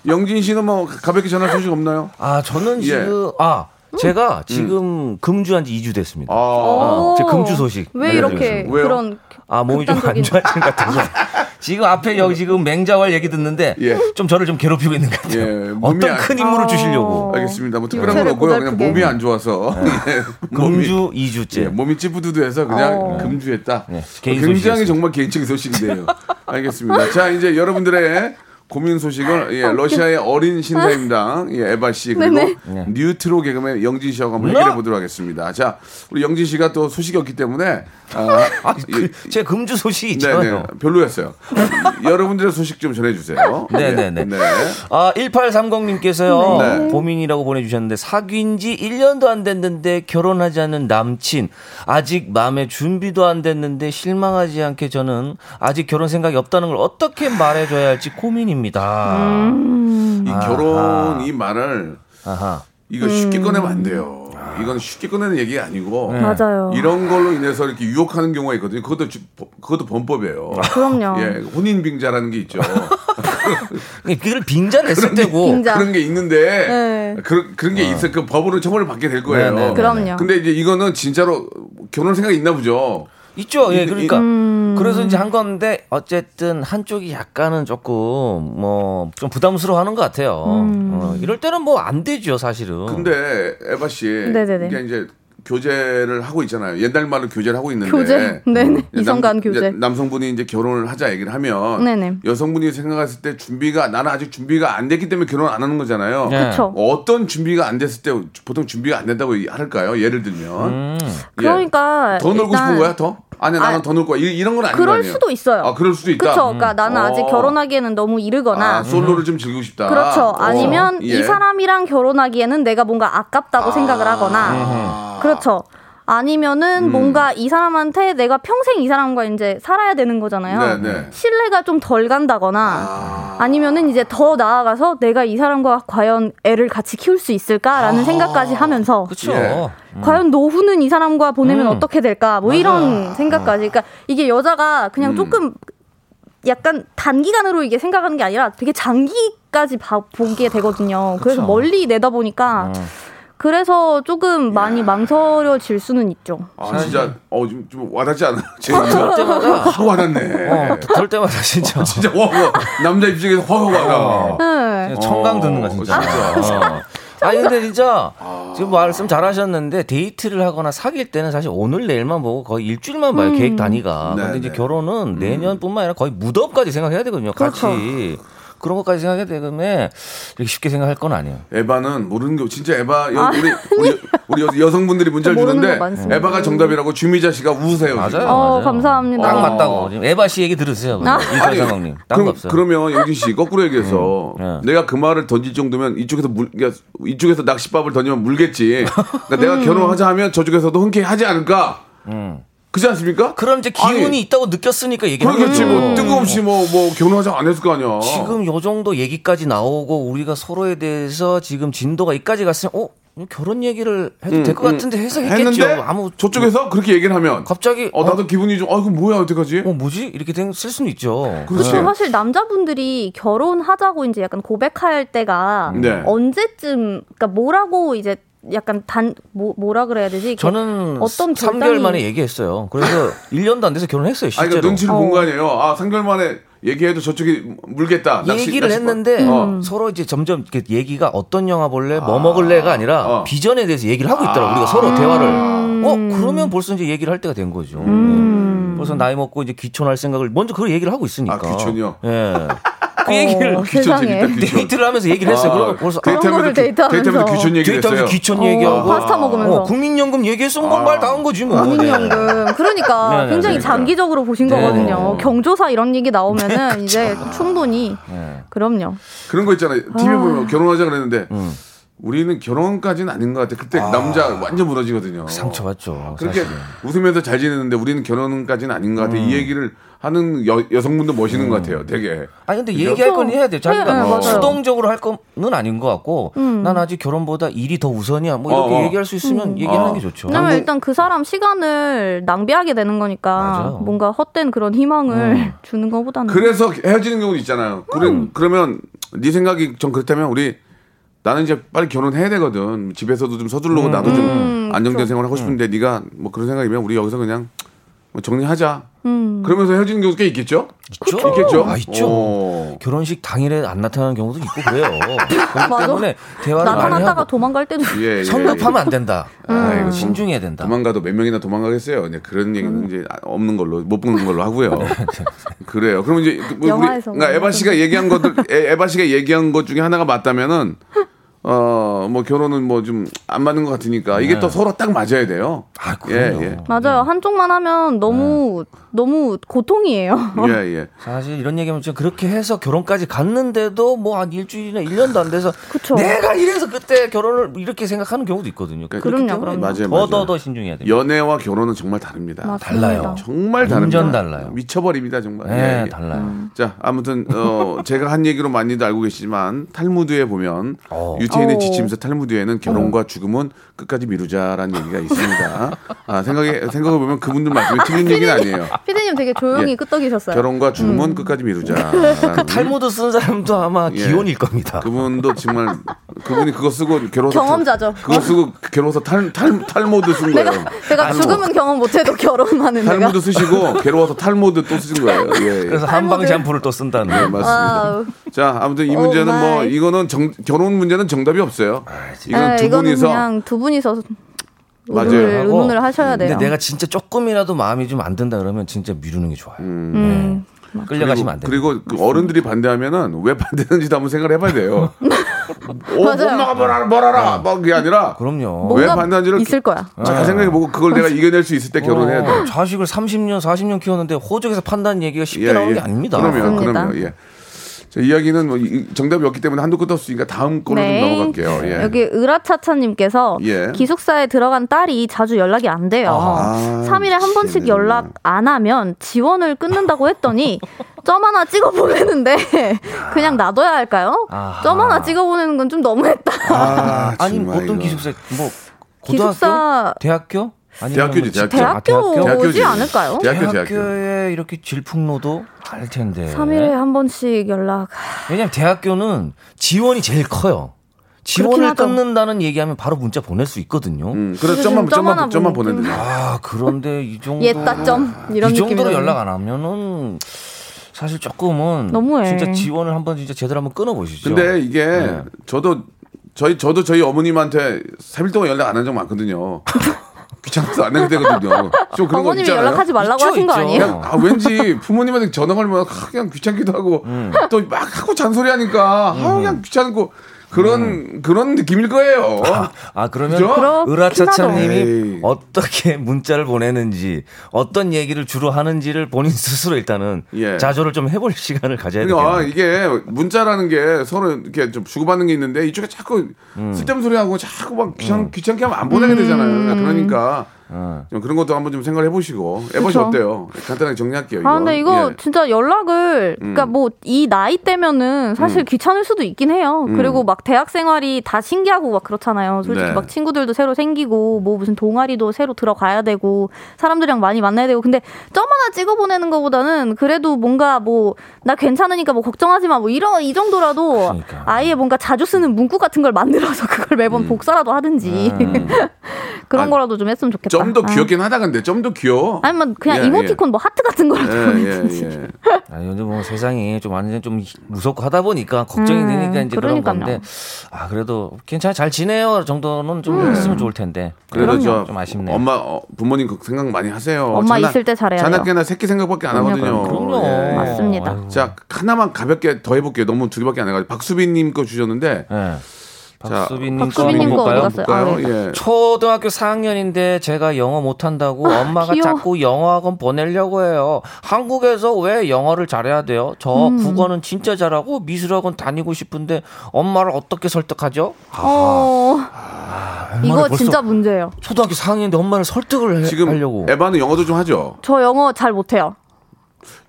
Speaker 1: 영진 씨는 뭐 가볍게 전할 소식 없나요?
Speaker 8: 아 저는
Speaker 1: 예.
Speaker 8: 지금 아 제가 지금 금주한 지 2주 됐습니다.
Speaker 1: 아,
Speaker 9: 오.
Speaker 8: 아, 제 금주 소식.
Speaker 9: 어. 왜
Speaker 8: 네,
Speaker 9: 이렇게
Speaker 1: 알겠습니다. 왜요?
Speaker 9: 그런
Speaker 8: 아 몸이 좀 안
Speaker 9: 극단적인-
Speaker 8: 좋아진 것 같아서 지금 앞에 여기 지금 맹자왈 얘기 듣는데
Speaker 1: 예.
Speaker 8: 좀 저를 좀 괴롭히고 있는 것 같아요.
Speaker 1: 예, 몸이
Speaker 8: 어떤
Speaker 1: 안-
Speaker 8: 큰 인물을 주시려고
Speaker 9: 어.
Speaker 1: 알겠습니다. 뭐 특별한 건
Speaker 9: 요새를
Speaker 1: 없고요. 그냥
Speaker 9: 고달프게.
Speaker 1: 몸이 안 좋아서.
Speaker 8: 네.
Speaker 1: 예. 몸이-
Speaker 8: 금주
Speaker 1: 예,
Speaker 8: 2주째
Speaker 1: 몸이 찌뿌두두해서 그냥
Speaker 9: 어.
Speaker 1: 금주했다.
Speaker 8: 네, 개인
Speaker 1: 굉장히
Speaker 8: 소식이었습니다.
Speaker 1: 정말 개인적인 소식인데요. 알겠습니다. 자, 이제 여러분들의 고민 소식을 예, 러시아의 어린 신사임당 예, 에바 씨 그리고
Speaker 8: 네.
Speaker 1: 뉴트로 개그맨 영진 씨하고 한번 얘기해 보도록 하겠습니다. 자, 우리 영진 씨가 또 소식이 없기 때문에 아,
Speaker 8: 아, 그, 제 금주 소식이
Speaker 1: 네, 네,
Speaker 8: 있잖아요.
Speaker 1: 별로였어요. 여러분들의 소식 좀 전해주세요. 예,
Speaker 8: 네, 네, 네. 아, 1830님께서요.
Speaker 1: 네.
Speaker 8: 고민이라고 보내주셨는데, 사귄 지 1년도 안 됐는데 결혼하지 않은 남친. 아직 마음의 준비도 안 됐는데 실망하지 않게 저는 아직 결혼 생각이 없다는 걸 어떻게 말해줘야 할지 고민입니다.
Speaker 1: 음. 이 결혼 이 말을
Speaker 8: 아하.
Speaker 1: 이거 쉽게 꺼내면 안 돼요. 이건 쉽게 꺼내는 얘기가 아니고
Speaker 9: 네.
Speaker 8: 네.
Speaker 9: 맞아요.
Speaker 1: 이런 걸로 인해서 이렇게 유혹하는 경우가 있거든요. 그것도 주- 그것도 범법이에요.
Speaker 9: 그럼요.
Speaker 1: 예, 혼인 빙자라는 게 있죠.
Speaker 8: 그걸 빙자냈을 때고.
Speaker 9: 빙자.
Speaker 1: 그런 게 있는데
Speaker 9: 네.
Speaker 1: 그런 그런 게 있어 그 법으로 처벌을 받게 될 거예요.
Speaker 8: 아. 네, 네, 네.
Speaker 9: 그럼요.
Speaker 1: 근데 이제 이거는 진짜로 결혼 생각이 있나 보죠.
Speaker 8: 있죠.
Speaker 1: 이- 음.
Speaker 8: 예, 그러니까. 그래서 이제 한 건데, 어쨌든 한쪽이 약간은 조금, 뭐, 좀 부담스러워 하는 것 같아요. 어, 이럴 때는 뭐 안 되죠, 사실은.
Speaker 1: 음. 근데 에바 씨
Speaker 9: 네네네.
Speaker 1: 이게 이제 교제를 하고 있잖아요. 옛날 말로 교제를 하고 있는데 음,
Speaker 9: 교제? 네네.
Speaker 1: 이제 남-
Speaker 9: 이성간
Speaker 1: 이제
Speaker 9: 교제.
Speaker 1: 남성분이 이제 결혼을 하자 얘기를 하면
Speaker 9: 네네.
Speaker 1: 여성분이 생각했을 때 준비가 나는 아직 준비가 안 됐기 때문에 결혼 안 하는 거잖아요.
Speaker 8: 네.
Speaker 9: 그쵸.
Speaker 1: 어떤 준비가 안 됐을 때 보통 준비가 안 된다고 할까요? 예를 들면
Speaker 8: 음.
Speaker 1: 예.
Speaker 9: 그러니까
Speaker 1: 더 놀고
Speaker 9: 일단
Speaker 1: 싶은 거야 더? 아니 나는
Speaker 9: 아,
Speaker 1: 더 놀 거야 이- 이런 건 아닌 거
Speaker 9: 그럴
Speaker 1: 아니에요?
Speaker 9: 수도 있어요.
Speaker 1: 아 그럴 수도 있다.
Speaker 9: 그쵸. 그러니까 나는 아직
Speaker 1: 어.
Speaker 9: 결혼하기에는 너무 이르거나
Speaker 1: 아, 솔로를 좀 즐기고 싶다.
Speaker 9: 그렇죠.
Speaker 1: 어,
Speaker 9: 아니면
Speaker 1: 예.
Speaker 9: 이 사람이랑 결혼하기에는 내가 뭔가 아깝다고 생각을 하거나 그렇죠. 아니면은 뭔가 이 사람한테 내가 평생 이 사람과 이제 살아야 되는 거잖아요.
Speaker 1: 네, 네.
Speaker 9: 신뢰가 좀 덜 간다거나 아. 니면은 이제 더 나아가서 내가 이 사람과 과연 애를 같이 키울 수 있을까라는 생각까지 하면서
Speaker 8: 그쵸.
Speaker 1: 예.
Speaker 9: 과연 노후는 이 사람과 보내면
Speaker 8: 음. 어.
Speaker 9: 어떻게 될까? 뭐 이런 생각까지. 그러니까 이게 여자가
Speaker 8: 음.
Speaker 9: 그냥 조금 약간 단기간으로 이게 생각하는 게 아니라 되게 장기까지 봐, 보게 되거든요. 그래서 멀리 내다보니까
Speaker 8: 어.
Speaker 9: 그래서 조금 많이 망설여질 수는 있죠.
Speaker 1: 아 진짜 어 좀 좀 와닿지 않아? 제 이거 확 와닿네.
Speaker 8: 어, 들 때마다 어, 진짜.
Speaker 1: 진짜 와, 와 남자 입장에서 확 와닿아.
Speaker 9: 네.
Speaker 8: 어. 그 예, 청강 듣는 거 진짜. 어. 아니 근데 진짜 지금 말씀 잘하셨는데 데이트를 하거나 사귈 때는 사실 오늘 내일만 보고 거의 일주일만 봐요 계획 단위가.
Speaker 1: 네,
Speaker 8: 근데 이제
Speaker 1: 네.
Speaker 8: 결혼은 내년뿐만 아니라 거의 무덤까지 생각해야 되거든요. 같이
Speaker 1: 그렇죠.
Speaker 8: 그런 것까지 생각해야 되기 때문에 이렇게 쉽게 생각할 건 아니에요.
Speaker 1: 어. 에바는 모르는 게 진짜 에바 여, 우리 우리, 우리 여, 여성분들이 문자를
Speaker 9: 아, 모르는
Speaker 1: 주는데
Speaker 9: 거 많습니다.
Speaker 1: 에바가 정답이라고 주미자 씨가 우세요.
Speaker 8: 맞아요.
Speaker 1: 지금.
Speaker 9: 어,
Speaker 8: 맞아요.
Speaker 9: 감사합니다.
Speaker 8: 딱 맞다고. 지금 에바 씨 얘기 들으세요.
Speaker 9: 아.
Speaker 1: 아니,
Speaker 8: 이사장님. 딴거
Speaker 1: 그럼,
Speaker 8: 없어요.
Speaker 1: 그러면 영진 씨 거꾸로 얘기해서
Speaker 8: 음, 예.
Speaker 1: 내가 그 말을 던질 정도면 이쪽에서 물 그러니까 이쪽에서 낚싯밥을 던지면 물겠지. 그러니까 내가
Speaker 8: 음.
Speaker 1: 결혼하자 하면 저쪽에서도 흔쾌히 하지 않을까. 그렇지 않습니까?
Speaker 8: 그럼 이제 기운이
Speaker 1: 아니,
Speaker 8: 있다고 느꼈으니까 얘기를
Speaker 1: 그러겠지
Speaker 8: 하는 거죠. 음.
Speaker 1: 뭐 뜬금없이 뭐 뭐 결혼하자 안 했을 거 아니야.
Speaker 8: 지금 요 정도 얘기까지 나오고 우리가 서로에 대해서 지금 진도가 이까지 갔으면 어 이거 결혼 얘기를 해도 될 것 같은데 해서 했겠죠.
Speaker 1: 했는데
Speaker 8: 아무
Speaker 1: 저쪽에서 그렇게 얘기를 하면
Speaker 8: 갑자기
Speaker 1: 어 나도 기분이 좀 아이고 뭐야 어떡하지?
Speaker 8: 어 뭐지 이렇게 된 쓸 수는 있죠.
Speaker 1: 그렇지.
Speaker 9: 그리고 사실 남자분들이 결혼하자고 이제 약간 고백할 때가
Speaker 1: 네.
Speaker 9: 언제쯤 그러니까 뭐라고 이제 약간 단 뭐, 뭐라 그래야 되지?
Speaker 8: 저는
Speaker 9: 어떤
Speaker 8: 3개월
Speaker 9: 결단이-
Speaker 8: 만에 얘기했어요. 그래서 1년도 안 돼서 결혼했어요,
Speaker 1: 아
Speaker 8: 실제로.
Speaker 1: 그러니까 눈치를 본 거 아니에요. 아 3개월 만에 얘기해도 저쪽이 물겠다. 낚시-
Speaker 8: 얘기를
Speaker 1: 낚시밥.
Speaker 8: 했는데
Speaker 1: 어.
Speaker 9: 음.
Speaker 8: 서로 이제 점점 이렇게 얘기가 어떤 영화 볼래, 뭐 먹을래가 아니라
Speaker 1: 어.
Speaker 8: 비전에 대해서 얘기를 하고 있더라고 우리가 서로
Speaker 9: 음.
Speaker 8: 대화를. 어 그러면 벌써 이제 얘기를 할 때가 된 거죠.
Speaker 9: 음.
Speaker 8: 네. 벌써 나이 먹고 이제 귀촌할 생각을 먼저 그걸 얘기를 하고 있으니까.
Speaker 1: 아, 귀촌이요?
Speaker 8: 예. 그 얘기를
Speaker 9: 어,
Speaker 1: 귀촌 재밌다,
Speaker 9: 세상에.
Speaker 1: 귀촌.
Speaker 8: 데이트를 하면서 얘기를 했어요.
Speaker 1: 아,
Speaker 8: 그러고 벌써 아,
Speaker 9: 데이트-
Speaker 1: 데이트하면서
Speaker 9: 그런 거를
Speaker 1: 귀-
Speaker 9: 데이트하면서.
Speaker 1: 데이트하면서 귀촌 얘기를
Speaker 8: 데이트하면서
Speaker 1: 했어요. 아.
Speaker 8: 귀촌
Speaker 9: 어,
Speaker 8: 얘기하고
Speaker 9: 파스타 먹으면서.
Speaker 8: 어, 국민연금 얘기했으면 그건 말 다 한 거지 뭐.
Speaker 9: 국민연금. 그러니까
Speaker 8: 네, 네,
Speaker 9: 굉장히
Speaker 1: 네. 그러니까.
Speaker 9: 장기적으로 보신
Speaker 8: 네.
Speaker 9: 거거든요. 경조사 이런 얘기 나오면은
Speaker 1: 그렇죠.
Speaker 9: 이제 충분히 그럼요.
Speaker 1: 네.
Speaker 8: 음.
Speaker 1: 그런 거 있잖아요. TV 보면 결혼하자 그랬는데 우리는 결혼까지는 아닌 것 같아. 그때 남자 완전 무너지거든요.
Speaker 8: 상처받죠.
Speaker 1: 그렇게
Speaker 8: 사실은. 음.
Speaker 1: 웃으면서 잘 지냈는데 우리는 결혼까지는 아닌 것 같아. 이 얘기를 하는 여, 여성분도 멋있는 것 같아요. 되게.
Speaker 8: 아니 근데 얘기할 건 해야 돼요.
Speaker 9: 네, 네,
Speaker 8: 자기가
Speaker 9: 맞아요. 음.
Speaker 8: 수동적으로 할 거는 아닌 것 같고 난 아직 결혼보다 일이 더 우선이야. 뭐 이렇게
Speaker 1: 어, 어.
Speaker 8: 얘기할 수 있으면 얘기하는
Speaker 1: 어.
Speaker 8: 게 좋죠.
Speaker 9: 왜냐면 일단 그 사람 시간을 낭비하게 되는 거니까
Speaker 8: 맞아요.
Speaker 9: 뭔가 헛된 그런 희망을 주는 것보다는
Speaker 1: 어. 그래서 헤어지는 경우도 있잖아요. 그래, 그러면 네 생각이 좀 그렇다면 우리 나는 이제 빨리 결혼해야 되거든. 집에서도 좀 서둘러고 나도 좀 안정된 생활 하고 싶은데
Speaker 8: 음.
Speaker 1: 네가 뭐 그런 생각이면 우리 여기서 그냥 뭐 정리하자.
Speaker 9: 음.
Speaker 1: 그러면서 헤어지는 경우도 꽤 있겠죠?
Speaker 8: 있죠.
Speaker 1: 있겠죠? 어.
Speaker 8: 아, 있죠.
Speaker 1: 오.
Speaker 8: 결혼식 당일에 안 나타나는 경우도 있고 그래요. 그렇기
Speaker 9: 맞아.
Speaker 8: 때문에
Speaker 1: 그
Speaker 8: 대화를 많이
Speaker 9: 나타났다가 음.
Speaker 8: 하고
Speaker 9: 도망갈 때도 있어요.
Speaker 1: 뭐. 예, 예.
Speaker 8: 성급하면 안 된다.
Speaker 1: 아, 이거
Speaker 8: 신중해야 된다.
Speaker 1: 도망가도 몇 명이나 도망가겠어요. 이제 그런
Speaker 8: 음.
Speaker 1: 얘기는 이제 없는 걸로 못 보는 걸로 하고요. 그래요. 그럼 이제 그 우리
Speaker 9: 영화에서
Speaker 1: 그러니까 에바 씨가 얘기한 것들 에, 에바 씨가 얘기한 것 중에 하나가 맞다면은 어 뭐 결혼은 뭐 좀 안 맞는 것 같으니까
Speaker 8: 네.
Speaker 1: 이게 또 서로 딱 맞아야 돼요.
Speaker 8: 아, 그럼요.
Speaker 1: 예, 예.
Speaker 9: 맞아요. 한쪽만 하면 너무
Speaker 1: 네.
Speaker 9: 너무 고통이에요.
Speaker 8: 아.
Speaker 1: 예, 예.
Speaker 8: 사실 이런 얘기하면 지금 그렇게 해서 결혼까지 갔는데도 뭐 한 일주일이나 일년도안 돼서
Speaker 9: 그쵸.
Speaker 8: 내가 이래서 그때 결혼을 이렇게 생각하는 경우도 있거든요. 그렇기
Speaker 9: 그럼요,
Speaker 8: 때문에
Speaker 9: 그럼요.
Speaker 1: 맞아요,
Speaker 8: 더, 더,
Speaker 1: 맞아요.
Speaker 8: 더 신중해야 돼요.
Speaker 1: 연애와 결혼은 정말 다릅니다.
Speaker 9: 맞습니다.
Speaker 8: 달라요.
Speaker 1: 정말 다릅니다.
Speaker 8: 완전 달라요.
Speaker 1: 미쳐버립니다 정말. 예,
Speaker 8: 네, 달라요.
Speaker 9: 음.
Speaker 1: 자, 아무튼 어, 제가 한 얘기로 많이들 알고 계시지만 탈무드에 보면
Speaker 8: 어.
Speaker 1: 유태인의
Speaker 9: 어.
Speaker 1: 지침서 탈무드에는 결혼과 죽음은 끝까지 미루자라는 얘기가 있습니다. 아, 생각에 생각해 보면 그분들 말씀이 틀린 얘기는 아니에요.
Speaker 9: 피디님 되게 조용히
Speaker 1: 예.
Speaker 9: 끄떡이셨어요.
Speaker 1: 결혼과 죽음은 끝까지 미루자.
Speaker 9: 그
Speaker 8: 음? 탈모드 쓴 사람도 아마
Speaker 1: 예.
Speaker 8: 기혼일 겁니다.
Speaker 1: 그분도 정말 그분이 그거 쓰고 결혼서
Speaker 9: 경험자죠.
Speaker 1: 그거 쓰고 결혼서 탈, 탈, 탈모드 쓴 거예요. 뭐.
Speaker 9: 내가 내가
Speaker 1: 탈모.
Speaker 9: 죽음은 경험 못해도 결혼하는 내가.
Speaker 1: 탈모드 쓰시고 괴로워서 탈모드 또 쓰신 거예요. 예, 예.
Speaker 8: 그래서 한방 샴푸를 또 쓴다는.
Speaker 1: 네, 맞습니다.
Speaker 9: 아우.
Speaker 1: 자, 아무튼 이 문제는
Speaker 9: 오
Speaker 1: 뭐
Speaker 9: 마이.
Speaker 1: 이거는 정- 결혼 문제는 정답이 없어요. 이건
Speaker 9: 네,
Speaker 1: 두
Speaker 9: 이거는
Speaker 1: 분이서
Speaker 9: 그냥 두 분이서
Speaker 1: 맞아요.
Speaker 9: 의논을,
Speaker 1: 하고.
Speaker 9: 의논을 하셔야 돼요.
Speaker 8: 근데 내가 진짜 조금이라도 마음이 좀 안 든다 그러면 진짜 미루는 게 좋아요.
Speaker 9: 음.
Speaker 8: 네. 끌려가시면 안 돼요.
Speaker 1: 그리고 그 어른들이 반대하면은 왜 반대하는지도 한번 생각을 해봐야 돼요. 오, 못
Speaker 9: 맞아요.
Speaker 1: 나가 뭐라 뭐라라 막 그게 아니라
Speaker 8: 네. 그럼요. 네.
Speaker 1: 왜
Speaker 9: 뭔가
Speaker 1: 반대하는지를
Speaker 9: 있을 거야.
Speaker 1: 잘 생각해보고 그걸 내가 이겨낼 수 있을 때 결혼해야 돼.
Speaker 8: 어, 자식을 30년, 40년 키웠는데 호적에서 판단 얘기가 쉽게 나오는 게 아닙니다.
Speaker 1: 예, 그럼요,
Speaker 9: 맞습니다.
Speaker 1: 그럼요. 예. 자, 이야기는 뭐 이- 정답이 없기 때문에 한도 끝 없으니까 다음 거로
Speaker 9: 네.
Speaker 1: 좀 넘어갈게요. 예.
Speaker 9: 여기 으라차차님께서
Speaker 1: 예.
Speaker 9: 기숙사에 들어간 딸이 자주 연락이 안 돼요.
Speaker 1: 아하.
Speaker 9: 삼 3일에 한 번씩 연락 안 하면 지원을 끊는다고 했더니 점 하나 찍어 보내는데 그냥 놔둬야 할까요?
Speaker 8: 아하.
Speaker 9: 점 하나 찍어 보내는 건 좀 너무했다.
Speaker 1: 아,
Speaker 8: 아니
Speaker 1: 정말
Speaker 8: 보통
Speaker 1: 이거.
Speaker 8: 기숙사 뭐 고등학교,
Speaker 9: 기숙사
Speaker 8: 네. 대학교, 아니면
Speaker 1: 대학교지,
Speaker 8: 뭐
Speaker 1: 대학교.
Speaker 8: 직장? 아,
Speaker 9: 대학교 오지
Speaker 1: 대학교지.
Speaker 9: 않을까요?
Speaker 1: 대학교, 대학교.
Speaker 8: 대학교에 이렇게 질풍노도 할 텐데.
Speaker 9: 삼 3일에 한 번씩 연락.
Speaker 8: 왜냐면 대학교는 지원이 제일 커요. 지원을
Speaker 9: 하죠.
Speaker 8: 끊는다는 얘기하면 바로 문자 보낼 수 있거든요.
Speaker 1: 음, 그래서
Speaker 9: 요즘
Speaker 1: 점만
Speaker 9: 점
Speaker 1: 점만
Speaker 9: 하나
Speaker 1: 점만
Speaker 9: 보내는
Speaker 1: 보내는 거.
Speaker 8: 아 그런데 이 정도
Speaker 9: 옛다 점 이런
Speaker 8: 아, 이 정도로
Speaker 9: 느낌이거든요.
Speaker 8: 연락 안 하면은 사실 조금은
Speaker 9: 너무해.
Speaker 8: 진짜 지원을 한번 진짜 제대로 한번 끊어 보시죠.
Speaker 1: 근데 이게
Speaker 8: 네.
Speaker 1: 저도 저희 저도 저희 어머님한테 3일 동안 연락 안 한 적 많거든요. 귀찮아서 안 해도 되거든요. 좀뭐 그런 거
Speaker 9: 어머님이
Speaker 1: 있잖아요.
Speaker 9: 연락하지 말라고
Speaker 8: 있죠,
Speaker 9: 하신 거
Speaker 8: 있죠.
Speaker 9: 아니에요?
Speaker 1: 그냥 아, 왠지 부모님한테 전화 걸면 아, 그냥 귀찮기도 하고
Speaker 8: 음.
Speaker 1: 또 막 하고 잔소리하니까 아, 그냥 귀찮고 그런 그런 느낌일 거예요.
Speaker 8: 음. 아
Speaker 1: 그죠?
Speaker 8: 그러면
Speaker 9: 그렇긴
Speaker 1: 하죠. 에이.
Speaker 8: 으라차차님이 어떻게 문자를 보내는지 어떤 얘기를 주로 하는지를 본인 스스로 일단은
Speaker 1: 예.
Speaker 8: 자조를 좀 해볼 시간을 가져야 돼요.
Speaker 1: 그러니까 이게 문자라는 게 서로 이렇게 좀 주고받는 게 있는데 이쪽에 자꾸
Speaker 8: 음.
Speaker 1: 쓸데없는 소리 하고 자꾸 막 귀찮, 귀찮게 하면 안 보내게 되잖아요. 그러니까
Speaker 8: 어.
Speaker 1: 좀 그런 것도 한번 좀 생각해 보시고 에버씨
Speaker 9: 그쵸.
Speaker 1: 어때요? 간단하게 정리할게요. 이거.
Speaker 9: 아, 근데 이거
Speaker 1: 예. 음.
Speaker 9: 진짜 연락을, 그니까 뭐, 이 나이 때면은 사실 귀찮을 수도 있긴 해요. 그리고 막 대학 생활이 다 신기하고 막 그렇잖아요. 솔직히
Speaker 1: 음. 네.
Speaker 9: 막 친구들도 새로 생기고, 뭐 무슨 동아리도 새로 들어가야 되고, 사람들이랑 많이 만나야 되고. 근데 점 하나 찍어 보내는 거보다는 그래도 뭔가 뭐, 나 괜찮으니까 뭐 걱정하지 마. 뭐 이런, 이 정도라도
Speaker 8: 그러니까.
Speaker 9: 아예 뭔가 자주 쓰는 문구 같은 걸 만들어서 그걸 매번 복사라도 하든지.
Speaker 8: 음.
Speaker 1: 음.
Speaker 9: 그런
Speaker 1: 아니,
Speaker 9: 거라도 좀 했으면 좋겠다.
Speaker 1: 좀 더
Speaker 9: 아.
Speaker 1: 귀엽긴 하다 근데 좀 더 귀여워.
Speaker 9: 아니면 그냥
Speaker 1: 예, 예.
Speaker 9: 이모티콘 뭐 하트 같은 거라도
Speaker 1: 예,
Speaker 9: 보내든지.
Speaker 1: 예, 예.
Speaker 8: 아, 요즘 뭐 세상이 좀 완전 좀 무섭고 하다 보니까 걱정이
Speaker 9: 음,
Speaker 8: 되니까 이제 그런
Speaker 9: 그러니까요.
Speaker 8: 건데 아 그래도 괜찮아 잘 지내요 정도는 좀
Speaker 9: 음.
Speaker 8: 했으면 좋을 텐데
Speaker 1: 그래도 저
Speaker 8: 좀 아쉽네요.
Speaker 1: 엄마 어, 부모님 그 생각 많이 하세요.
Speaker 9: 엄마 있을 때 잘해야 돼요.
Speaker 1: 자나깨나 새끼 생각밖에 안 하거든요.
Speaker 8: 그럼요.
Speaker 1: 예, 예.
Speaker 9: 맞습니다.
Speaker 8: 아이고.
Speaker 1: 자 하나만 가볍게 더 해볼게요. 너무 두 개밖에 안 해가지고 박수빈님 거 주셨는데
Speaker 8: 예. 박수빈님 거
Speaker 9: 박수빈님
Speaker 8: 한번
Speaker 9: 거
Speaker 8: 볼까요?
Speaker 9: 어디 갔어요?
Speaker 1: 볼까요?
Speaker 9: 아, 네.
Speaker 1: 예.
Speaker 8: 초등학교 4학년인데 제가 영어 못한다고 엄마가
Speaker 9: 아, 귀여워.
Speaker 8: 자꾸 영어학원 보내려고 해요. 한국에서 왜 영어를 잘해야 돼요? 저
Speaker 9: 음.
Speaker 8: 국어는 진짜 잘하고 미술학원 다니고 싶은데 엄마를 어떻게 설득하죠?
Speaker 9: 어, 이거
Speaker 8: 벌써-
Speaker 9: 진짜 문제예요.
Speaker 8: 초등학교 4학년인데 엄마를 설득을 해-
Speaker 1: 지금
Speaker 8: 하려고.
Speaker 1: 에바는 영어도 좀 하죠.
Speaker 9: 저 영어 잘 못해요.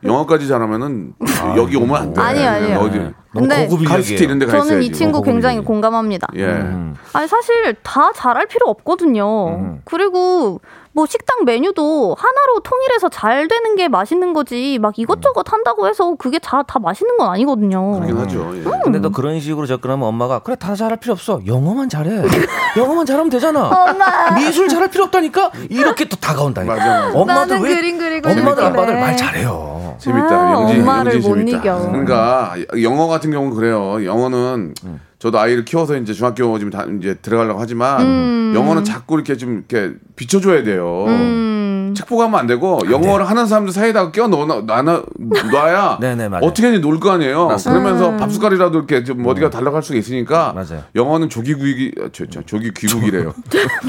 Speaker 1: 영어까지 잘하면은 여기 오면 안 돼. 예,
Speaker 9: 아니에요, 아니에요.
Speaker 1: 어디
Speaker 8: 너무
Speaker 9: 근데
Speaker 8: 고급
Speaker 1: 카이스트
Speaker 8: 이야기예요.
Speaker 1: 이런 데가
Speaker 9: 저는
Speaker 1: 있어야지.
Speaker 9: 이 친구
Speaker 8: 그거
Speaker 9: 굉장히
Speaker 8: 고민이네.
Speaker 9: 공감합니다.
Speaker 1: 예.
Speaker 8: 음.
Speaker 9: 아니 사실 다 잘할 필요 없거든요. 그리고 뭐 식당 메뉴도 하나로 통일해서 잘 되는 게 맛있는 거지 막 이것저것 한다고 해서 그게 다, 다 맛있는 건 아니거든요.
Speaker 1: 그렇긴 하죠.
Speaker 9: 음.
Speaker 1: 예.
Speaker 8: 근데 너 그런 식으로 접근하면 엄마가 그래 다 잘할 필요 없어 영어만 잘해 영어만 잘하면 되잖아
Speaker 9: 엄마
Speaker 8: 미술 잘할 필요 없다니까 이렇게 또 다가온다니까
Speaker 1: 맞아.
Speaker 8: 엄마도 왜
Speaker 9: 그리고
Speaker 8: 엄마들
Speaker 9: 싶은데.
Speaker 8: 아빠들 말 잘해요
Speaker 1: 재밌다.
Speaker 9: 아,
Speaker 1: 영지,
Speaker 9: 엄마를
Speaker 1: 영지
Speaker 9: 못
Speaker 1: 재밌다.
Speaker 9: 이겨.
Speaker 1: 그러니까 영어 같은 경우는 그래요. 영어는 저도 아이를 키워서 이제 중학교 지금 다 이제 들어가려고 하지만 영어는 자꾸 이렇게 좀 이렇게 비춰줘야 돼요.
Speaker 9: 음,
Speaker 1: 책 보고 하면 안 되고 영어를 하는 사람들 사이에다가 끼워 넣어 놔- 놔야
Speaker 8: 네네, 맞아요.
Speaker 1: 어떻게든 놀 거 아니에요.
Speaker 8: 맞습니다. 음.
Speaker 1: 그러면서 밥숟갈이라도 이렇게 좀 어디가 달라갈 수가 있으니까
Speaker 8: 맞아요.
Speaker 1: 영어는 조기구이 저, 저, 조기 귀국이래요.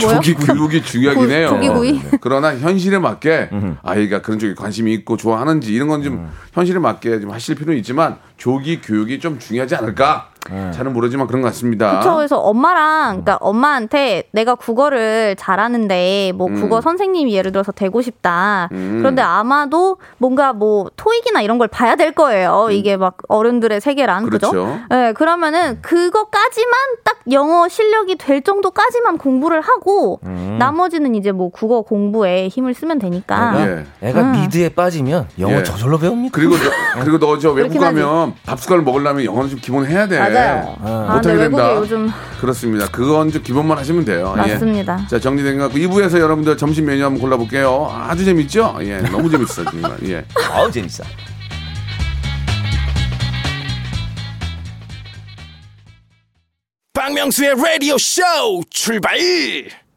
Speaker 9: 뭐요?
Speaker 1: 조기 귀국이 중요하긴
Speaker 9: 구-
Speaker 1: 해요. 네.
Speaker 9: 조기구이?
Speaker 1: 그러나 현실에 맞게 아이가 그런 쪽에 관심이 있고 좋아하는지 이런 건 좀 현실에 맞게 좀 하실 필요는 있지만 조기 교육이 좀 중요하지 않을까? 잘은 모르지만 그런 것 같습니다.
Speaker 9: 그쵸. 그래서 엄마랑,
Speaker 1: 음.
Speaker 9: 그러니까 엄마한테 내가 국어를 잘하는데, 뭐
Speaker 1: 음.
Speaker 9: 국어 선생님이 예를 들어서 되고 싶다. 그런데 아마도 뭔가 뭐 토익이나 이런 걸 봐야 될 거예요. 이게 막 어른들의 세계란. 그죠?
Speaker 1: 음. 그렇죠.
Speaker 9: 네, 그러면은 그거까지만 딱 영어 실력이 될 정도까지만 공부를 하고,
Speaker 1: 음.
Speaker 9: 나머지는 이제 뭐 국어 공부에 힘을 쓰면 되니까.
Speaker 1: 예.
Speaker 8: 애가
Speaker 9: 음.
Speaker 8: 미드에 빠지면 영어
Speaker 1: 예.
Speaker 8: 저절로 배웁니다
Speaker 1: 그리고 너, 그리고 너 저 외국
Speaker 9: 그렇긴 하지.
Speaker 1: 가면 밥숟갈 먹으려면 영어는 좀 기본 해야 돼.
Speaker 9: 맞아요. 아,
Speaker 1: 못하게
Speaker 9: 근데
Speaker 1: 된다.
Speaker 9: 외국에 요즘
Speaker 1: 그렇습니다. 그건 좀 기본만 하시면 돼요.
Speaker 9: 맞습니다.
Speaker 1: 예. 자 정리된 것 같고 2부에서 여러분들 점심 메뉴 한번 골라볼게요. 아주 재밌죠? 예, 너무 재밌어 정말. 예.
Speaker 8: 아우 재밌어
Speaker 7: 박명수의 라디오 쇼 출발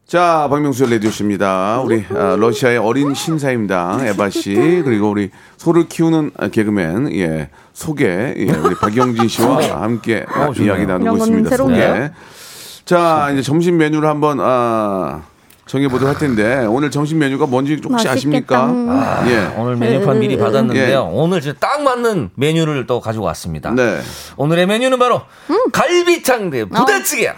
Speaker 1: 자 박명수의 레디오씨입니다. 우리 아, 러시아의 어린 신사임당 에바 씨 그리고 우리 소를 키우는 아, 개그맨 예 소개 예, 우리 박영진 씨와 함께 아,
Speaker 8: 어, 좋네요.
Speaker 1: 이야기 나누고
Speaker 9: 이런 건
Speaker 1: 있습니다.
Speaker 9: 새롭네요.
Speaker 1: 소개. 자 이제 점심 메뉴를 한번 아, 정해보도록 할 텐데 오늘 점심 메뉴가 뭔지 혹시
Speaker 9: 맛있겠다.
Speaker 1: 아십니까?
Speaker 9: 음.
Speaker 1: 예.
Speaker 8: 오늘 메뉴판 미리 받았는데요
Speaker 1: 예.
Speaker 8: 오늘 진짜 딱 맞는 메뉴를 또 가지고 왔습니다
Speaker 1: 네.
Speaker 8: 오늘의 메뉴는 바로
Speaker 9: 음.
Speaker 8: 갈비탕 대 부대찌개야
Speaker 9: 어,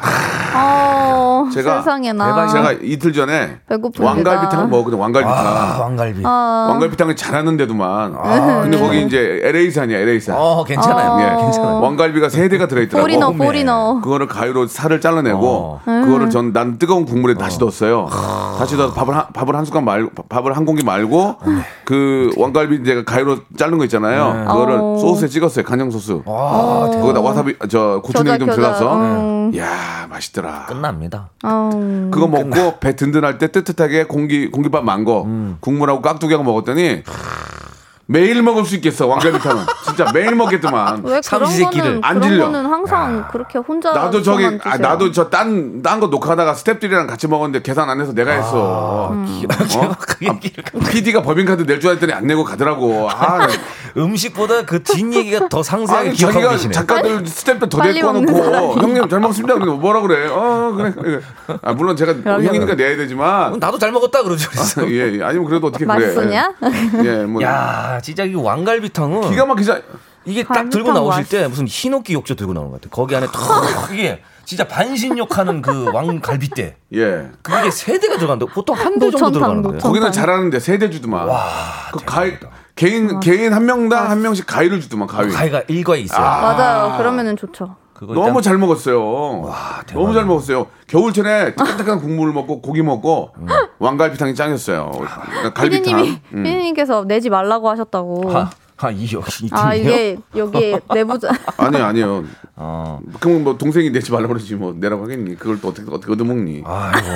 Speaker 1: 아, 제가-
Speaker 9: 세상에나.
Speaker 1: 제가 이틀 전에
Speaker 9: 배고픕니다.
Speaker 1: 왕갈비탕을 먹었거든요. 왕갈비탕.
Speaker 8: 아, 왕갈비
Speaker 9: 어,
Speaker 1: 왕갈비탕을 잘하는데도만.
Speaker 9: 아.
Speaker 1: 근데 거기 이제 LA산이야, LA산.
Speaker 8: 어 괜찮아요
Speaker 1: 예.
Speaker 8: 괜찮아요
Speaker 1: 왕갈비가 세 대가 들어있더라고.
Speaker 9: 보리 넣어,
Speaker 8: 먹음에.
Speaker 9: 보리 넣어.
Speaker 1: 그거를 가위로 살을 잘라내고
Speaker 8: 어.
Speaker 1: 그거를 전 난 뜨거운 국물에 다시 넣었어요. 다시 넣어서 밥을 한, 밥을 한 숟갈 말고 밥을 한 공기 말고 그 왕갈비 제가 가위로 자른 거 있잖아요.
Speaker 8: 네.
Speaker 1: 그거를
Speaker 9: 어.
Speaker 1: 소스에 찍었어요. 간장 소스.
Speaker 8: 아, 와
Speaker 1: 거기다 와사비 저 고추냉이 좀
Speaker 9: 겨자,
Speaker 1: 들어가서 네.
Speaker 9: 음.
Speaker 1: 이야 맛있더라.
Speaker 8: 끝납니다
Speaker 9: 어.
Speaker 1: 그거 먹고 배 든든할 때 뜨뜻하게 공기 공기밥 만거
Speaker 8: 음.
Speaker 1: 국물하고 깍두기하고 먹었더니 매일 먹을 수 있겠어 왕갈비탕은 진짜 매일 먹겠더만
Speaker 9: 왜 그런
Speaker 8: 삼시세끼를
Speaker 9: 거는
Speaker 1: 안
Speaker 9: 그런
Speaker 1: 질려.
Speaker 9: 거는 항상 그렇게 혼자
Speaker 1: 나도 저기
Speaker 9: 손만
Speaker 1: 아,
Speaker 9: 드세요.
Speaker 1: 나도 저 딴 딴 거 녹화하다가 스탭들이랑 같이 먹었는데 계산 안 해서
Speaker 8: 아.
Speaker 1: 내가 했어.
Speaker 9: 음.
Speaker 1: 어? PD가 법인카드 낼 줄 알았더니 안 내고 가더라고. 아,
Speaker 8: 음식보다 그 뒷얘기가 더 상세하게
Speaker 1: 아니
Speaker 8: 기억하고
Speaker 1: 자기가
Speaker 8: 계시네.
Speaker 1: 작가들 스탭들 더
Speaker 9: 빨리
Speaker 1: 데리고
Speaker 9: 먹는
Speaker 1: 와놓고
Speaker 9: 사람이.
Speaker 1: 형님 잘 먹습니다. 그러니까 뭐라 그래? 어 그래. 그래. 아 물론 제가
Speaker 9: 뭐.
Speaker 1: 형이니까 내야 되지만
Speaker 8: 나도 잘 먹었다 그러죠. 그래서.
Speaker 1: 예, 예 아니면 그래도 어떻게 그래?
Speaker 9: 맛있었냐?
Speaker 1: 예, 뭐
Speaker 8: 야, 진짜 이 왕갈비탕은
Speaker 1: 기가 막히자.
Speaker 8: 이게 딱 들고
Speaker 9: 갈비탕
Speaker 8: 나오실
Speaker 9: 맛있어.
Speaker 8: 때 무슨 흰옥기 욕조 들고 나오는 것 같아요. 거기 안에 턱 이게 진짜 반신욕하는 그 왕갈비대.
Speaker 1: 예.
Speaker 8: 그게 세 대가 들어간다. 보통 한 대 정도
Speaker 9: 노천탕,
Speaker 8: 들어가는 거예요.
Speaker 9: 노천.
Speaker 1: 거기는 잘하는데 세대 주더만.
Speaker 8: 와,
Speaker 1: 그 가위 개인 개인 한 명당 한 명씩 가위를 주더만 가위.
Speaker 8: 가위가 일과에 있어요.
Speaker 9: 맞아요. 그러면은 좋죠.
Speaker 8: 그거 어, 일단
Speaker 1: 너무 잘 먹었어요. 너무 잘 먹었어요. 겨울철에 따뜻한 국물을 먹고 고기 먹고
Speaker 8: 음.
Speaker 1: 왕갈비탕이 짱이었어요.
Speaker 8: 아,
Speaker 1: 그러니까 갈비탕.
Speaker 9: 피디님이 피디님께서 내지 말라고 하셨다고.
Speaker 8: 하, 하, 이 역시 이
Speaker 9: 아
Speaker 8: 팀이에요?
Speaker 9: 이게 여기 내부자
Speaker 1: 아니요, 아니요.
Speaker 8: 어.
Speaker 1: 그럼 뭐 동생이 내지 말라 그러지 뭐 내라고 하겠니? 그걸 또 어떻게 어떻게 얻어먹니?
Speaker 8: 아이고.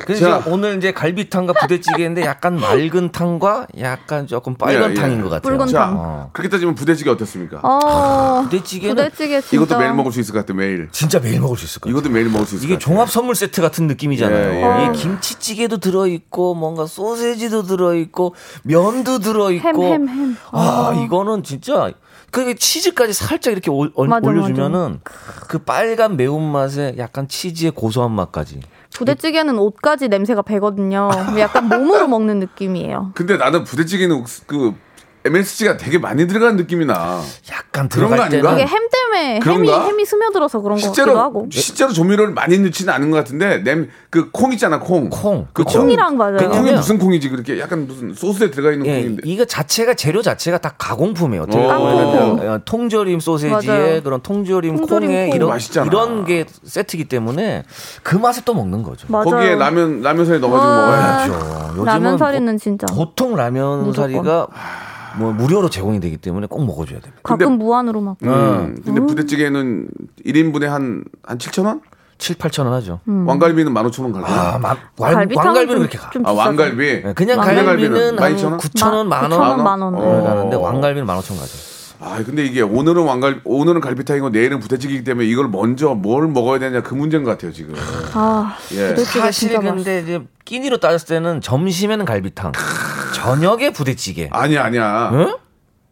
Speaker 8: 그래서
Speaker 1: 자.
Speaker 8: 이제 오늘 이제 갈비탕과 부대찌개인데 약간 맑은 탕과 약간 조금 빨간
Speaker 1: 예, 예.
Speaker 8: 탕인 것 같아요.
Speaker 9: 붉은
Speaker 1: 자,
Speaker 8: 어.
Speaker 1: 그렇게 따지면 부대찌개 어떻습니까?
Speaker 9: 어.
Speaker 8: 부대찌개는
Speaker 9: 부대찌개 진짜.
Speaker 1: 이것도 매일 먹을 수 있을 것 같아 매일.
Speaker 8: 진짜 매일 먹을 수 있을 것 같아요.
Speaker 1: 이것도 매일 먹을 수 있을
Speaker 8: 이게
Speaker 1: 것 같아.
Speaker 8: 종합 선물 세트 같은 느낌이잖아요.
Speaker 1: 예, 예.
Speaker 8: 이게 김치찌개도 들어 있고 뭔가 소세지도 들어 있고 면도 들어 있고
Speaker 9: 햄, 어. 햄, 햄.
Speaker 8: 아, 이거는 진짜 그 치즈까지 살짝 이렇게 올- 올-
Speaker 9: 맞아,
Speaker 8: 올려주면은 그 빨간 매운맛에 약간 치즈의 고소한 맛까지.
Speaker 9: 부대찌개는 옷까지 냄새가 배거든요. 약간 몸으로 먹는 느낌이에요.
Speaker 1: 근데 나는 부대찌개는 옥수- 그 MSG가 되게 많이 들어간 느낌이 나.
Speaker 8: 약간
Speaker 1: 그런 거
Speaker 8: 들어갈
Speaker 1: 아닌가?
Speaker 9: 이게
Speaker 8: 때는
Speaker 9: 햄 때문에 햄이
Speaker 1: 그런가?
Speaker 9: 햄이 스며들어서 그런 거 같기도
Speaker 1: 실제로
Speaker 9: 하고.
Speaker 1: 실제로 조미료를 많이 넣지는 않은 것 같은데 냄 그 콩 있잖아 콩.
Speaker 8: 콩.
Speaker 1: 그
Speaker 8: 그쵸.
Speaker 1: 콩-
Speaker 9: 콩이랑 맞아요.
Speaker 1: 그 콩이
Speaker 8: 왜냐면-
Speaker 1: 무슨 콩이지 그렇게 약간 무슨 소스에 들어가 있는
Speaker 8: 예,
Speaker 1: 콩인데.
Speaker 8: 이거 자체가 재료 자체가 다 가공품이에요. 어떻게
Speaker 1: 오.
Speaker 8: 보면
Speaker 1: 깡통.
Speaker 8: 어, 통조림 소세지에
Speaker 9: 맞아요.
Speaker 8: 그런 통조림,
Speaker 9: 통조림
Speaker 8: 콩에
Speaker 9: 콩.
Speaker 8: 이런
Speaker 1: 맛있잖아.
Speaker 8: 이런 게 세트이기 때문에 그 맛을 또 먹는 거죠.
Speaker 9: 맞아요. 아.
Speaker 1: 거기에 라면 라면살에 넣어가지고
Speaker 9: 와.
Speaker 1: 먹어야죠.
Speaker 8: 요즘은 뭐
Speaker 9: 라면
Speaker 8: 보-
Speaker 9: 사리는 진짜
Speaker 8: 보통 라면
Speaker 9: 무조건.
Speaker 8: 사리가
Speaker 1: 아.
Speaker 8: 뭐 무료로 제공이 되기 때문에 꼭 먹어줘야 됩니다.
Speaker 9: 가끔 무한으로 막.
Speaker 1: 음.
Speaker 8: 아.
Speaker 1: 근데 부대찌개는 1인분에 한한 7천 원?
Speaker 8: 7, 8천 원 하죠.
Speaker 1: 왕갈비는 15,000원 갈비.
Speaker 8: 아,
Speaker 1: 아,
Speaker 8: 마, 왈,
Speaker 9: 음. 갈비탕은
Speaker 8: 왕갈비는
Speaker 9: 좀-
Speaker 8: 그렇게 가.
Speaker 9: 좀
Speaker 1: 아
Speaker 9: 비싸죠.
Speaker 1: 왕갈비.
Speaker 8: 예, 그냥
Speaker 9: 왕갈비는
Speaker 8: 갈비는 한
Speaker 1: 12,000원?
Speaker 8: 9천 원, 만 원.
Speaker 9: 9,000원,
Speaker 1: 만
Speaker 9: 만
Speaker 1: 원?
Speaker 9: 원.
Speaker 1: 어.
Speaker 8: 가는데 왕갈비는 15,000원 가죠.
Speaker 1: 아 근데 이게 오늘은 왕갈 오늘은 갈비탕이고 내일은 부대찌개이기 때문에 이걸 먼저 뭘 먹어야 되냐 그 문제인 것 같아요 지금.
Speaker 9: 아,
Speaker 1: 예.
Speaker 9: 부대찌개
Speaker 8: 사실
Speaker 9: 진짜 맛있어.
Speaker 8: 근데 이제 끼니로 따졌을 때는 점심에는 갈비탕, 저녁에 부대찌개.
Speaker 1: 아니 야 아니야.
Speaker 8: 응? 어.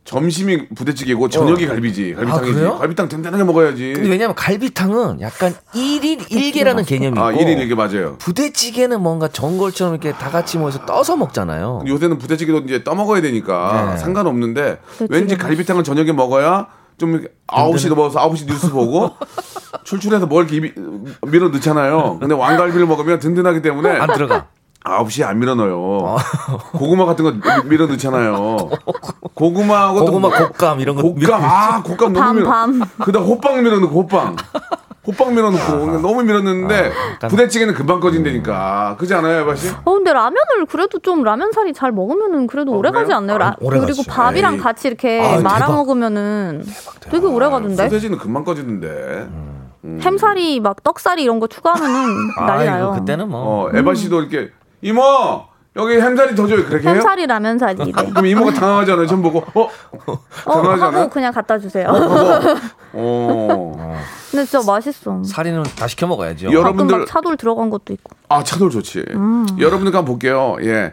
Speaker 1: 점심이 부대찌개고 저녁이 갈비지. 갈비탕이지.
Speaker 8: 아, 그래요?
Speaker 1: 갈비탕 든든하게 먹어야지.
Speaker 8: 근데 왜냐면 갈비탕은 약간 1일 1개라는 개념이 있고
Speaker 1: 아, 1인 이게 맞아요.
Speaker 8: 부대찌개는 뭔가 전골처럼 이렇게 다 같이 모여서 떠서 먹잖아요.
Speaker 1: 요새는 부대찌개도 이제 떠먹어야 되니까
Speaker 8: 네.
Speaker 1: 상관없는데
Speaker 9: 부대찌개
Speaker 1: 왠지 갈비탕은 저녁에 먹어야 좀 9시 넘어서 9시 뉴스 보고 출출해서 뭘 이렇게 입이- 밀어 넣잖아요. 근데 왕갈비를 먹으면 든든하기 때문에
Speaker 8: 안 들어가.
Speaker 1: 9시에 안 밀어 넣어요. 고구마 같은 거 밀어 넣잖아요. 고구마하고 또
Speaker 8: 고구마
Speaker 1: 뭐-
Speaker 8: 곶감 이런 거
Speaker 1: 곶감 아 곶감
Speaker 8: 뭐
Speaker 1: 너무
Speaker 9: 밤,
Speaker 1: 밀어
Speaker 9: 밤.
Speaker 1: 그다 호빵 밀어넣고 호빵 호빵 밀어넣고 그냥 너무 밀었는데 부대찌개는 금방 꺼진다니까 그지 않아요 바씨
Speaker 9: 어 근데 라면을 그래도 좀 라면 사리 잘 먹으면은 그래도 오래 가지
Speaker 1: 그래요?
Speaker 9: 않나요? 라,
Speaker 8: 아, 오래
Speaker 9: 그리고
Speaker 8: 가죠.
Speaker 9: 밥이랑
Speaker 1: 에이.
Speaker 9: 같이 이렇게
Speaker 8: 아,
Speaker 9: 말아
Speaker 8: 대박. 아,
Speaker 9: 먹으면은 되게 오래 가던데.
Speaker 1: 아, 소세지는 금방 꺼지는데
Speaker 9: 햄사리 막 떡사리 이런 거 추가하면은 난리 나요.
Speaker 8: 아이고 그때는 뭐
Speaker 9: 음.
Speaker 1: 어 에바 씨도 이렇게 이모 여기 햄살이 더 줘요 그렇게 해요
Speaker 9: 햄사리 라면 사리. 네.
Speaker 1: 그럼 이모가 당황하잖아요 처음 보고 어
Speaker 9: 어,
Speaker 1: 당황하지 않아요
Speaker 9: 하고 그냥 갖다 주세요.
Speaker 8: 어.
Speaker 1: 어
Speaker 9: 근데 진짜 맛있어.
Speaker 8: 사리는 다 시켜 먹어야죠.
Speaker 1: 여러-
Speaker 9: 가끔
Speaker 1: 여러분들-
Speaker 9: 막 차돌 들어간 것도 있고.
Speaker 1: 아 차돌 좋지.
Speaker 9: 음.
Speaker 1: 여러분들 한번 볼게요. 예.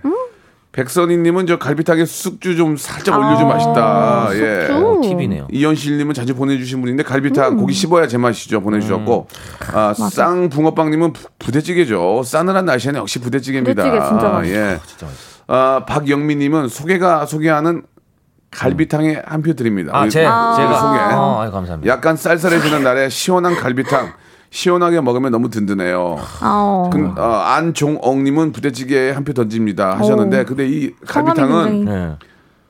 Speaker 1: 백선희님은 저 갈비탕에 숙주 좀 살짝 올려주면 맛있다. 예.
Speaker 9: 아, 숙주?
Speaker 8: 아, 팁이네요.
Speaker 1: 이현실님은 자주 보내주신 분인데 갈비탕
Speaker 9: 음.
Speaker 1: 고기 씹어야 제맛이죠 보내주셨고 아, 쌍붕어빵님은 부- 부대찌개죠 싸늘한 날씨에는 역시 부대찌개입니다.
Speaker 9: 부대찌개 진짜 맛있어.
Speaker 1: 예. 아, 박영미님은 소개가 소개하는 갈비탕에 한 표 드립니다.
Speaker 8: 아,
Speaker 1: 우리 그
Speaker 8: 제, 제가
Speaker 1: 소개.
Speaker 8: 어,
Speaker 9: 음.
Speaker 8: 아유, 감사합니다.
Speaker 1: 약간 쌀쌀해지는 날에 시원한 갈비탕 시원하게 먹으면 너무 든든해요.
Speaker 9: 아,
Speaker 1: 근, 어, 안종옥님은 부대찌개에 한 표 던집니다 하셨는데
Speaker 9: 오.
Speaker 1: 근데 이
Speaker 9: 성함이
Speaker 1: 갈비탕은
Speaker 9: 굉장히-
Speaker 8: 네.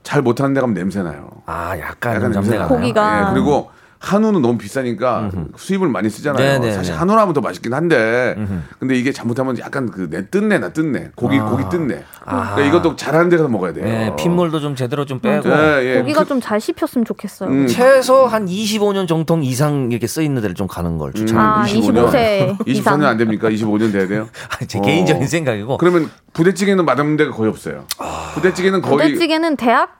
Speaker 1: 잘 못하는 데 가면 냄새나요.
Speaker 8: 아, 약간
Speaker 1: 약간
Speaker 8: 냄새가
Speaker 1: 냄새나요.
Speaker 8: 나요.
Speaker 9: 고기가-
Speaker 1: 예, 그리고 한우는 너무 비싸니까 수입을 많이 쓰잖아요.
Speaker 8: 네네네.
Speaker 1: 사실 한우라면 더 맛있긴 한데 근데 이게 잘못하면 약간 그내 뜬내 나 뜬내 고기 고기 뜬내 그러니까 이것도 잘하는 데서 먹어야 돼요.
Speaker 8: 아. 네, 핏물도 네. 좀 제대로 좀 빼고
Speaker 1: 예, 예.
Speaker 9: 고기가
Speaker 1: 그-
Speaker 9: 좀 잘 씹혔으면 좋겠어요.
Speaker 1: 음,
Speaker 8: 최소 한 25년 정통 이상 이렇게 쓰여 있는 데를 좀 가는 걸 추천합니다.
Speaker 9: 아,
Speaker 1: 그 음, 25년.
Speaker 9: 25세
Speaker 1: 24년 안 됩니까? 25년 돼야 돼요?
Speaker 8: 아, 제
Speaker 1: 어.
Speaker 8: 개인적인 생각이고
Speaker 1: 그러면 부대찌개는 맛없는 데가 거의 없어요.
Speaker 8: 아.
Speaker 1: 부대찌개는 거의 음.
Speaker 9: 부대찌개는 대학교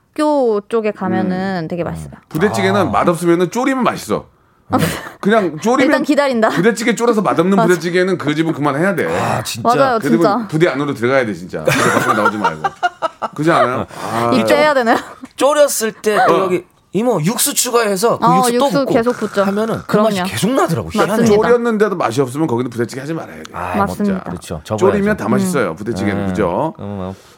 Speaker 9: 쪽에 가면은 되게 맛있어요.
Speaker 1: 부대찌개는
Speaker 8: 아.
Speaker 1: 맛없으면은 졸이면 맛있어. 그냥 졸이면
Speaker 9: 아. 일단 기다린다.
Speaker 1: 부대찌개 졸아서 맛없는 부대찌개는 그 집은 그만해야 돼.
Speaker 8: 아, 진짜
Speaker 9: 맞아요,
Speaker 1: 그 집은
Speaker 9: 진짜.
Speaker 1: 부대 안으로 들어가야 돼 진짜. 부대 밖으로 나오지 말고. 그지 않아요? 아,
Speaker 9: 입대해야 되나요?
Speaker 8: 졸였을 때
Speaker 1: 어.
Speaker 8: 또 여기 이모 육수 추가해서 그
Speaker 9: 어,
Speaker 8: 육수 또
Speaker 9: 육수
Speaker 8: 붓고
Speaker 9: 계속 붓죠.
Speaker 8: 하면은 그
Speaker 9: 그럼요.
Speaker 8: 맛이 계속 나더라고 희한하네.
Speaker 9: 맞습니다.
Speaker 1: 졸였는데도 맛이 없으면 거기는 부대찌개 하지 말아야 돼.
Speaker 8: 아,
Speaker 9: 맞습니다.
Speaker 8: 먹자. 그렇죠. 음.
Speaker 1: 졸이면
Speaker 9: 음.
Speaker 1: 다 맛있어요 부대찌개는 그죠?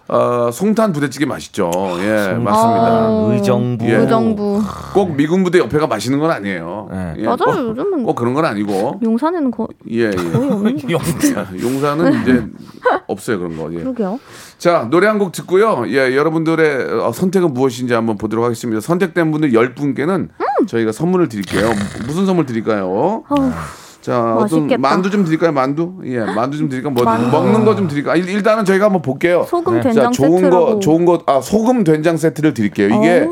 Speaker 1: 어, 송탄 부대찌개 맛있죠. 예 맞습니다.
Speaker 9: 어.
Speaker 8: 음, 의정부
Speaker 1: 예.
Speaker 9: 의정부.
Speaker 1: 꼭 미군 부대 옆에가 맛있는 건 아니에요.
Speaker 8: 네.
Speaker 1: 예,
Speaker 9: 맞아요,
Speaker 1: 꼭-
Speaker 9: 요즘은.
Speaker 1: 꼭 그런 건 아니고
Speaker 9: 용산에는 거,
Speaker 1: 예, 예.
Speaker 8: 영등.
Speaker 1: 용사는 이제 없어요 그런 거. 예.
Speaker 9: 그러게요.
Speaker 1: 자, 노래 한 곡 듣고요. 예, 여러분들의 어, 선택은 무엇인지 한번 보도록 하겠습니다. 선택된 분들 10분께는 저희가 선물을 드릴게요. 무슨 선물 드릴까요?
Speaker 9: 어우,
Speaker 1: 자, 어떤
Speaker 9: 맛있겠다.
Speaker 1: 만두 좀 드릴까요? 만두? 예, 만두 좀 드릴까요? 뭐, 먹는 거 좀 드릴까요? 아, 일, 일단은 저희가 한번 볼게요. 네.
Speaker 9: 소금
Speaker 1: 자,
Speaker 9: 된장
Speaker 1: 좋은 거,
Speaker 9: 세트라고.
Speaker 1: 좋은 거, 아, 소금 된장 세트를 드릴게요. 이게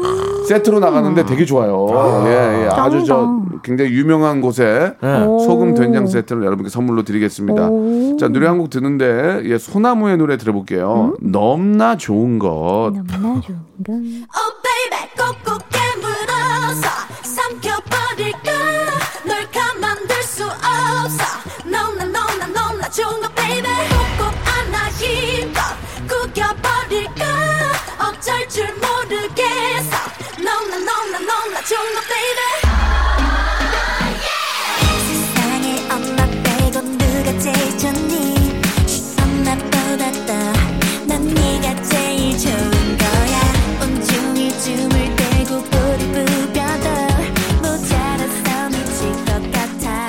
Speaker 1: 세트로 나가는데 되게 좋아요. 예, 예. 아주 저
Speaker 9: 짱이다.
Speaker 1: 굉장히 유명한 곳에
Speaker 9: 오.
Speaker 1: 소금 된장 세트를 여러분께 선물로 드리겠습니다.
Speaker 9: 오.
Speaker 1: 자, 노래 한 곡 듣는데 예, 소나무의 노래 들어볼게요.
Speaker 9: 음?
Speaker 1: 넘나 좋은 것.
Speaker 9: 너무나 좋은 건.
Speaker 10: Oh baby 꼭꼭 깨물어서 삼켜버릴까 널 가만둘 수 없어 너무나 너무나 너무나 좋은 거 baby 꼭꼭 안아 힘껏 구겨버릴까 어쩔 줄 모르겠어 너무나 너무나 너무나 좋은 거 baby 세상에 엄마 빼고 누가 제일 좋니 엄마보다 더난 네가 제일 좋은 거야 온종일 춤을 떼고 뿌리 부벼도 모자라서 미칠 것 같아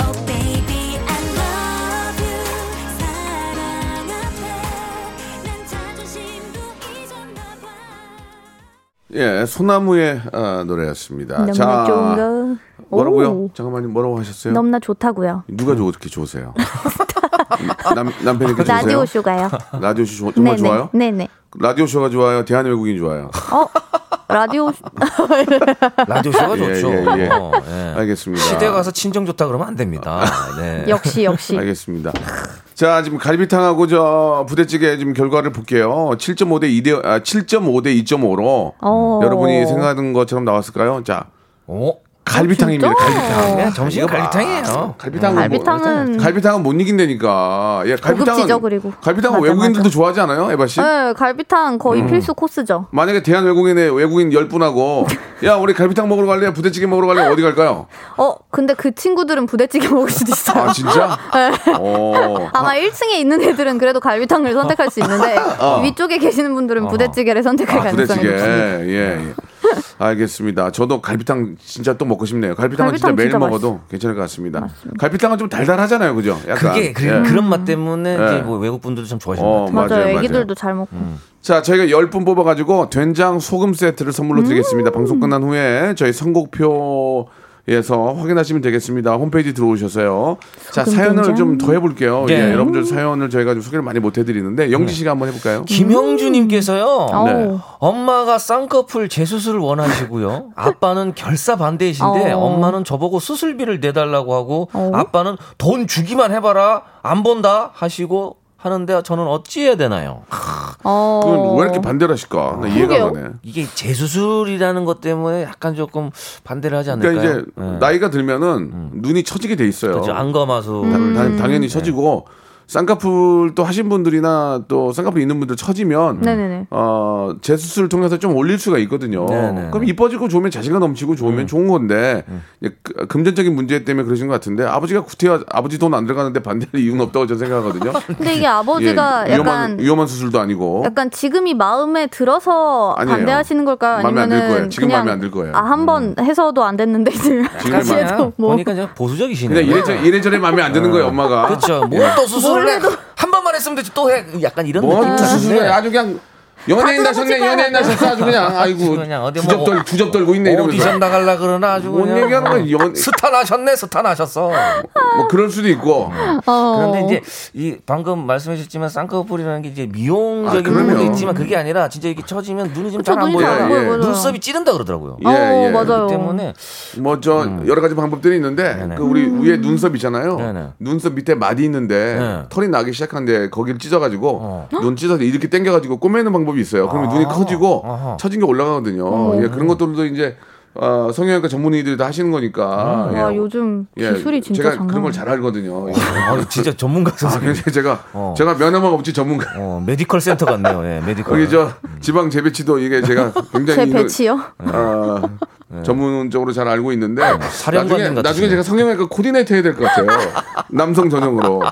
Speaker 10: Oh baby I love you 사랑 앞에 난 자존심도 잊었나 봐
Speaker 1: 예, 소나무의 아, 노래였습니다.
Speaker 9: 너무나
Speaker 1: 자,
Speaker 9: 좋은 거.
Speaker 1: 뭐라고요?
Speaker 9: 오.
Speaker 1: 잠깐만요. 뭐라고 하셨어요?
Speaker 9: 너무나 좋다고요.
Speaker 1: 누가 좋게 좋으세요? 남, 남편이 이렇게 좋으세요?
Speaker 9: 라디오 쇼가요.
Speaker 1: 라디오 쇼 좋- 정말
Speaker 9: 네네.
Speaker 1: 좋아요?
Speaker 9: 네네.
Speaker 1: 라디오 쇼가 좋아요? 대한외국인 좋아요?
Speaker 9: 어 라디오 쇼-
Speaker 8: 라디오
Speaker 1: 예,
Speaker 8: 쇼가 좋죠.
Speaker 1: 예, 예.
Speaker 8: 어, 예.
Speaker 1: 알겠습니다.
Speaker 8: 시대 가서 친정 좋다 그러면 안 됩니다. 네.
Speaker 9: 역시 역시.
Speaker 1: 알겠습니다. 자, 지금 갈비탕하고 저 부대찌개 지금 결과를 볼게요. 7.5 대 2대 아, 7.5 대 2.5로
Speaker 9: 어. 아,
Speaker 1: 여러분이 생각하는 것처럼 나왔을까요? 자,
Speaker 8: 어?
Speaker 1: 갈비탕입니다. 갈비탕.
Speaker 8: 그냥 점심
Speaker 1: 이거 봐.
Speaker 8: 갈비탕이에요.
Speaker 1: 갈비탕은
Speaker 9: 갈비탕은-
Speaker 1: 뭐, 갈비탕은 못 이긴다니까. 예, 갈비탕은
Speaker 9: 고급지죠, 그리고.
Speaker 1: 갈비탕은
Speaker 9: 맞아,
Speaker 1: 외국인들도
Speaker 9: 맞아.
Speaker 1: 좋아하지 않아요, 에바 씨?
Speaker 9: 네, 갈비탕 거의
Speaker 1: 음.
Speaker 9: 필수 코스죠.
Speaker 1: 만약에 대한 외국인의 외국인 10분하고 야, 우리 갈비탕 먹으러 갈래? 부대찌개 먹으러 갈래? 어디 갈까요?
Speaker 9: 어, 근데 그 친구들은 부대찌개 먹을 수도 있어요. 네.
Speaker 1: 아, 진짜? 어.
Speaker 9: 아마 1층에 있는 애들은 그래도 갈비탕을 선택할 수 있는데 위쪽에 계시는 분들은 부대찌개를 선택할
Speaker 1: 어. 아,
Speaker 9: 가능성이
Speaker 1: 부대찌개.
Speaker 9: 높습니다.
Speaker 1: 예, 예. 알겠습니다. 저도 갈비탕 진짜 또 먹고 싶네요. 갈비탕은 진짜
Speaker 9: 갈비탕
Speaker 1: 매일
Speaker 9: 진짜
Speaker 1: 먹어도 괜찮을 것 같습니다. 갈비탕은 좀 달달하잖아요, 그죠? 약간.
Speaker 8: 그게 그,
Speaker 1: 예.
Speaker 8: 런맛 때문에
Speaker 1: 예.
Speaker 8: 이제 뭐 외국 분들도 참 좋아하시는 것
Speaker 1: 어,
Speaker 8: 같아요.
Speaker 1: 맞아요, 음.
Speaker 9: 맞아요.
Speaker 1: 맞아요.
Speaker 9: 애기들도 잘 먹고.
Speaker 1: 자, 저희가 10분 뽑아가지고 된장 소금 세트를 선물로 드리겠습니다. 방송 끝난 후에 저희 선곡표 에서 확인하시면 되겠습니다. 홈페이지 들어오셔서요. 자,
Speaker 9: 소금,
Speaker 1: 사연을
Speaker 9: 된장.
Speaker 1: 좀 더 해볼게요.
Speaker 8: 네.
Speaker 1: 예, 여러분들 사연을 저희가 좀 소개를 많이 못 해드리는데 영지 씨가 한번 해볼까요?
Speaker 8: 김형주님께서요.
Speaker 1: 네.
Speaker 9: 어우.
Speaker 8: 엄마가 쌍꺼풀 재수술을 원하시고요. 아빠는 결사 반대이신데
Speaker 9: 어.
Speaker 8: 엄마는 저보고 수술비를 내달라고 하고
Speaker 9: 어.
Speaker 8: 아빠는 돈 주기만 해봐라 안 본다 하시고 하는데 저는 어찌해야 되나요?
Speaker 9: 어.
Speaker 1: 그건 왜 이렇게 반대를 하실까? 나 이해가
Speaker 9: 그러게요.
Speaker 1: 가네.
Speaker 8: 이게 재수술이라는 것 때문에 약간 조금 반대를 하지 않을까요?
Speaker 1: 그러니까 이제
Speaker 8: 네.
Speaker 1: 나이가 들면은 눈이 처지게 돼 있어요.
Speaker 8: 그죠, 안검하수
Speaker 9: 음,
Speaker 1: 당, 연히 처지고 쌍꺼풀 또 하신 분들이나 또 쌍꺼풀 있는 분들 처지면
Speaker 9: 네네네.
Speaker 1: 어, 재수술을 통해서 좀 올릴 수가 있거든요.
Speaker 8: 네네. 음.
Speaker 1: 그럼 이뻐지고 좋으면 자신감 넘치고 좋으면 좋은 건데 이제 그- 금전적인 문제 때문에 그러신 것 같은데 아버지가 구태여 아버지 돈 안 들어가는데 반대할 이유는 없다고 저는 생각하거든요.
Speaker 9: 근데 이게 아버지가
Speaker 1: 예, 위험한
Speaker 9: 약간
Speaker 1: 위험한 수술도 아니고
Speaker 9: 약간 지금이 마음에 들어서
Speaker 1: 아니에요.
Speaker 9: 반대하시는 걸까요?
Speaker 1: 마음에 안
Speaker 9: 아니면은
Speaker 1: 들 거예요. 지금
Speaker 9: 그냥
Speaker 1: 마음에 안들 거예요. 음.
Speaker 9: 아, 한 번 해서도 안 됐는데 지금
Speaker 1: 지금
Speaker 9: 다시
Speaker 1: 마음에 안
Speaker 9: 해도 뭐
Speaker 8: 보니까 그냥 보수적이시네요.
Speaker 1: 그냥 이래저, 이래저래 마음에 안 드는 거예요, 엄마가.
Speaker 8: 그렇죠. 뭘 또 수술을 해? 한 번만 했으면 되지 또 해. 약간 이런
Speaker 1: 뭔
Speaker 8: 느낌.
Speaker 1: 수술을 아주 그냥 연예인 나셨네 연예인 나셨어 아주 그냥 아이고
Speaker 8: 그냥 어디
Speaker 1: 주접
Speaker 8: 뭐
Speaker 1: 떨 주접 떨고 있네
Speaker 8: 오디션
Speaker 1: 이러면서
Speaker 8: 나갈라 그러나 아주
Speaker 1: 뭔
Speaker 8: 그냥
Speaker 1: 얘기하는 거야,
Speaker 8: 어,
Speaker 1: 연-
Speaker 8: 스타 나셨네 스타 나셨어
Speaker 1: 뭐 그럴 수도 있고
Speaker 9: 어,
Speaker 1: 어.
Speaker 8: 그런데 이제 이 방금 말씀해 주셨지만 쌍꺼풀이라는 게 이제 미용적인
Speaker 1: 아,
Speaker 8: 부분도
Speaker 1: 그럼요.
Speaker 8: 있지만 그게 아니라 진짜 이게 처지면 눈이 좀
Speaker 9: 그쵸,
Speaker 8: 잘 안
Speaker 9: 눈이
Speaker 8: 보여요
Speaker 1: 잘안 보여요, 맞아요.
Speaker 8: 눈썹이 찌른다 그러더라고요
Speaker 1: 예, 예.
Speaker 9: 어, 맞아요.
Speaker 8: 그렇기 때문에
Speaker 1: 뭐 저 여러 가지 방법들이 있는데
Speaker 8: 음. 네네.
Speaker 1: 그 우리 위에 눈썹 있잖아요
Speaker 8: 네네.
Speaker 1: 눈썹 밑에 마디 있는데
Speaker 8: 네.
Speaker 1: 털이 나기 시작한데 거기를 찢어가지고
Speaker 8: 어.
Speaker 1: 눈 찢어서 이렇게 당겨가지고 꼬매는 방법이 있어요 그러면 눈이 커지고
Speaker 8: 아하. 어.
Speaker 1: 처진 게 올라가거든요 예, 그런 것들도 이제 어, 성형외과 전문의들이 다 하시는
Speaker 8: 아.
Speaker 1: 거니까
Speaker 9: 와
Speaker 1: 예.
Speaker 9: 아, 요즘
Speaker 1: 예,
Speaker 9: 기술이 진짜
Speaker 1: 제가
Speaker 9: 장난.
Speaker 1: 그런 걸 잘 알거든요 예.
Speaker 8: 아, 진짜 전문가
Speaker 1: 아,
Speaker 8: 선생님
Speaker 1: 근데 제가
Speaker 8: 어.
Speaker 1: 제가 면허만 없지 전문가.
Speaker 8: 어, 메디컬 센터 같네요 예, 메디컬
Speaker 1: 아, 그- 거기 저 지방 재배치도 이게 제가 굉장히
Speaker 9: 제 배치요?
Speaker 8: 네.
Speaker 1: 이거, 아, 전문적으로 잘 알고 있는데 나중에
Speaker 8: 아, 뭐 사령관님
Speaker 1: 나중에
Speaker 8: 같으시네요.
Speaker 1: 제가 성형외과 코디네이터 해야 될 것 같아요. 남성 전용으로.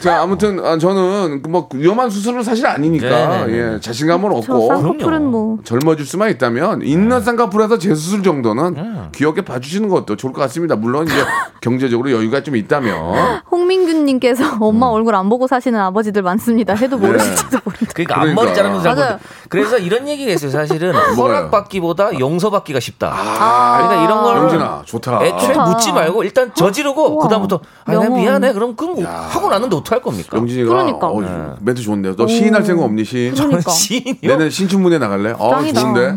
Speaker 1: 자 아무튼 아, 저는 그뭐 위험한 수술은 사실 아니니까
Speaker 8: 네네네.
Speaker 1: 예, 자신감을
Speaker 9: 저
Speaker 1: 얻고
Speaker 9: 쌍꺼풀은 뭐
Speaker 1: 젊어질 수만 있다면
Speaker 8: 네.
Speaker 1: 있는 쌍꺼풀에서 재수술 정도는 귀엽게 봐주시는 것도 좋을 것 같습니다. 물론 이제 경제적으로 여유가 좀 있다면
Speaker 9: 홍민규님께서 엄마 얼굴 안 보고 사시는 아버지들 많습니다. 해도
Speaker 1: 음. 네.
Speaker 9: 모르실지도 모른다.
Speaker 8: 그러니까
Speaker 1: 그러니까.
Speaker 8: 앞머리 자르는 잘
Speaker 9: 맞아요.
Speaker 8: 모르. 그래서 이런 얘기가 있어요. 사실은 허락받기보다 용서받기가 쉽다. 그러니까 이런 걸
Speaker 1: 아, 영진아 좋다.
Speaker 8: 애초에
Speaker 9: 좋다.
Speaker 8: 묻지 말고 일단 저지르고
Speaker 9: 우와.
Speaker 8: 그다음부터 아니 나
Speaker 9: 명언.
Speaker 8: 미안해. 그럼 그럼 하고 났는데 어떡할 겁니까? 네.
Speaker 1: 영진이가
Speaker 9: 그러니까.
Speaker 1: 어, 멘트 좋은데요. 너 시인할 생각 없니 시인?
Speaker 9: 그러니까.
Speaker 8: 시인이요.
Speaker 1: 내는 신춘문예 나갈래? 어
Speaker 9: 짱이다.
Speaker 1: 좋은데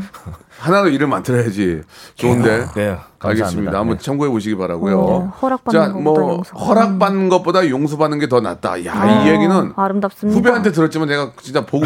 Speaker 1: 하나로 이름을 안 틀어야지. 좋은데.
Speaker 8: 네,
Speaker 1: 알겠습니다.
Speaker 8: 감사합니다.
Speaker 1: 한번
Speaker 8: 네.
Speaker 1: 참고해 보시기
Speaker 9: 어,
Speaker 1: 바라고요.
Speaker 9: 허락받는
Speaker 1: 자,
Speaker 9: 것보다
Speaker 1: 뭐
Speaker 9: 용서.
Speaker 1: 허락받는 것보다 용서받는 게 더 낫다. 야, 이 얘기는
Speaker 9: 아, 아름답습니다.
Speaker 1: 후배한테 들었지만 내가 진짜 보고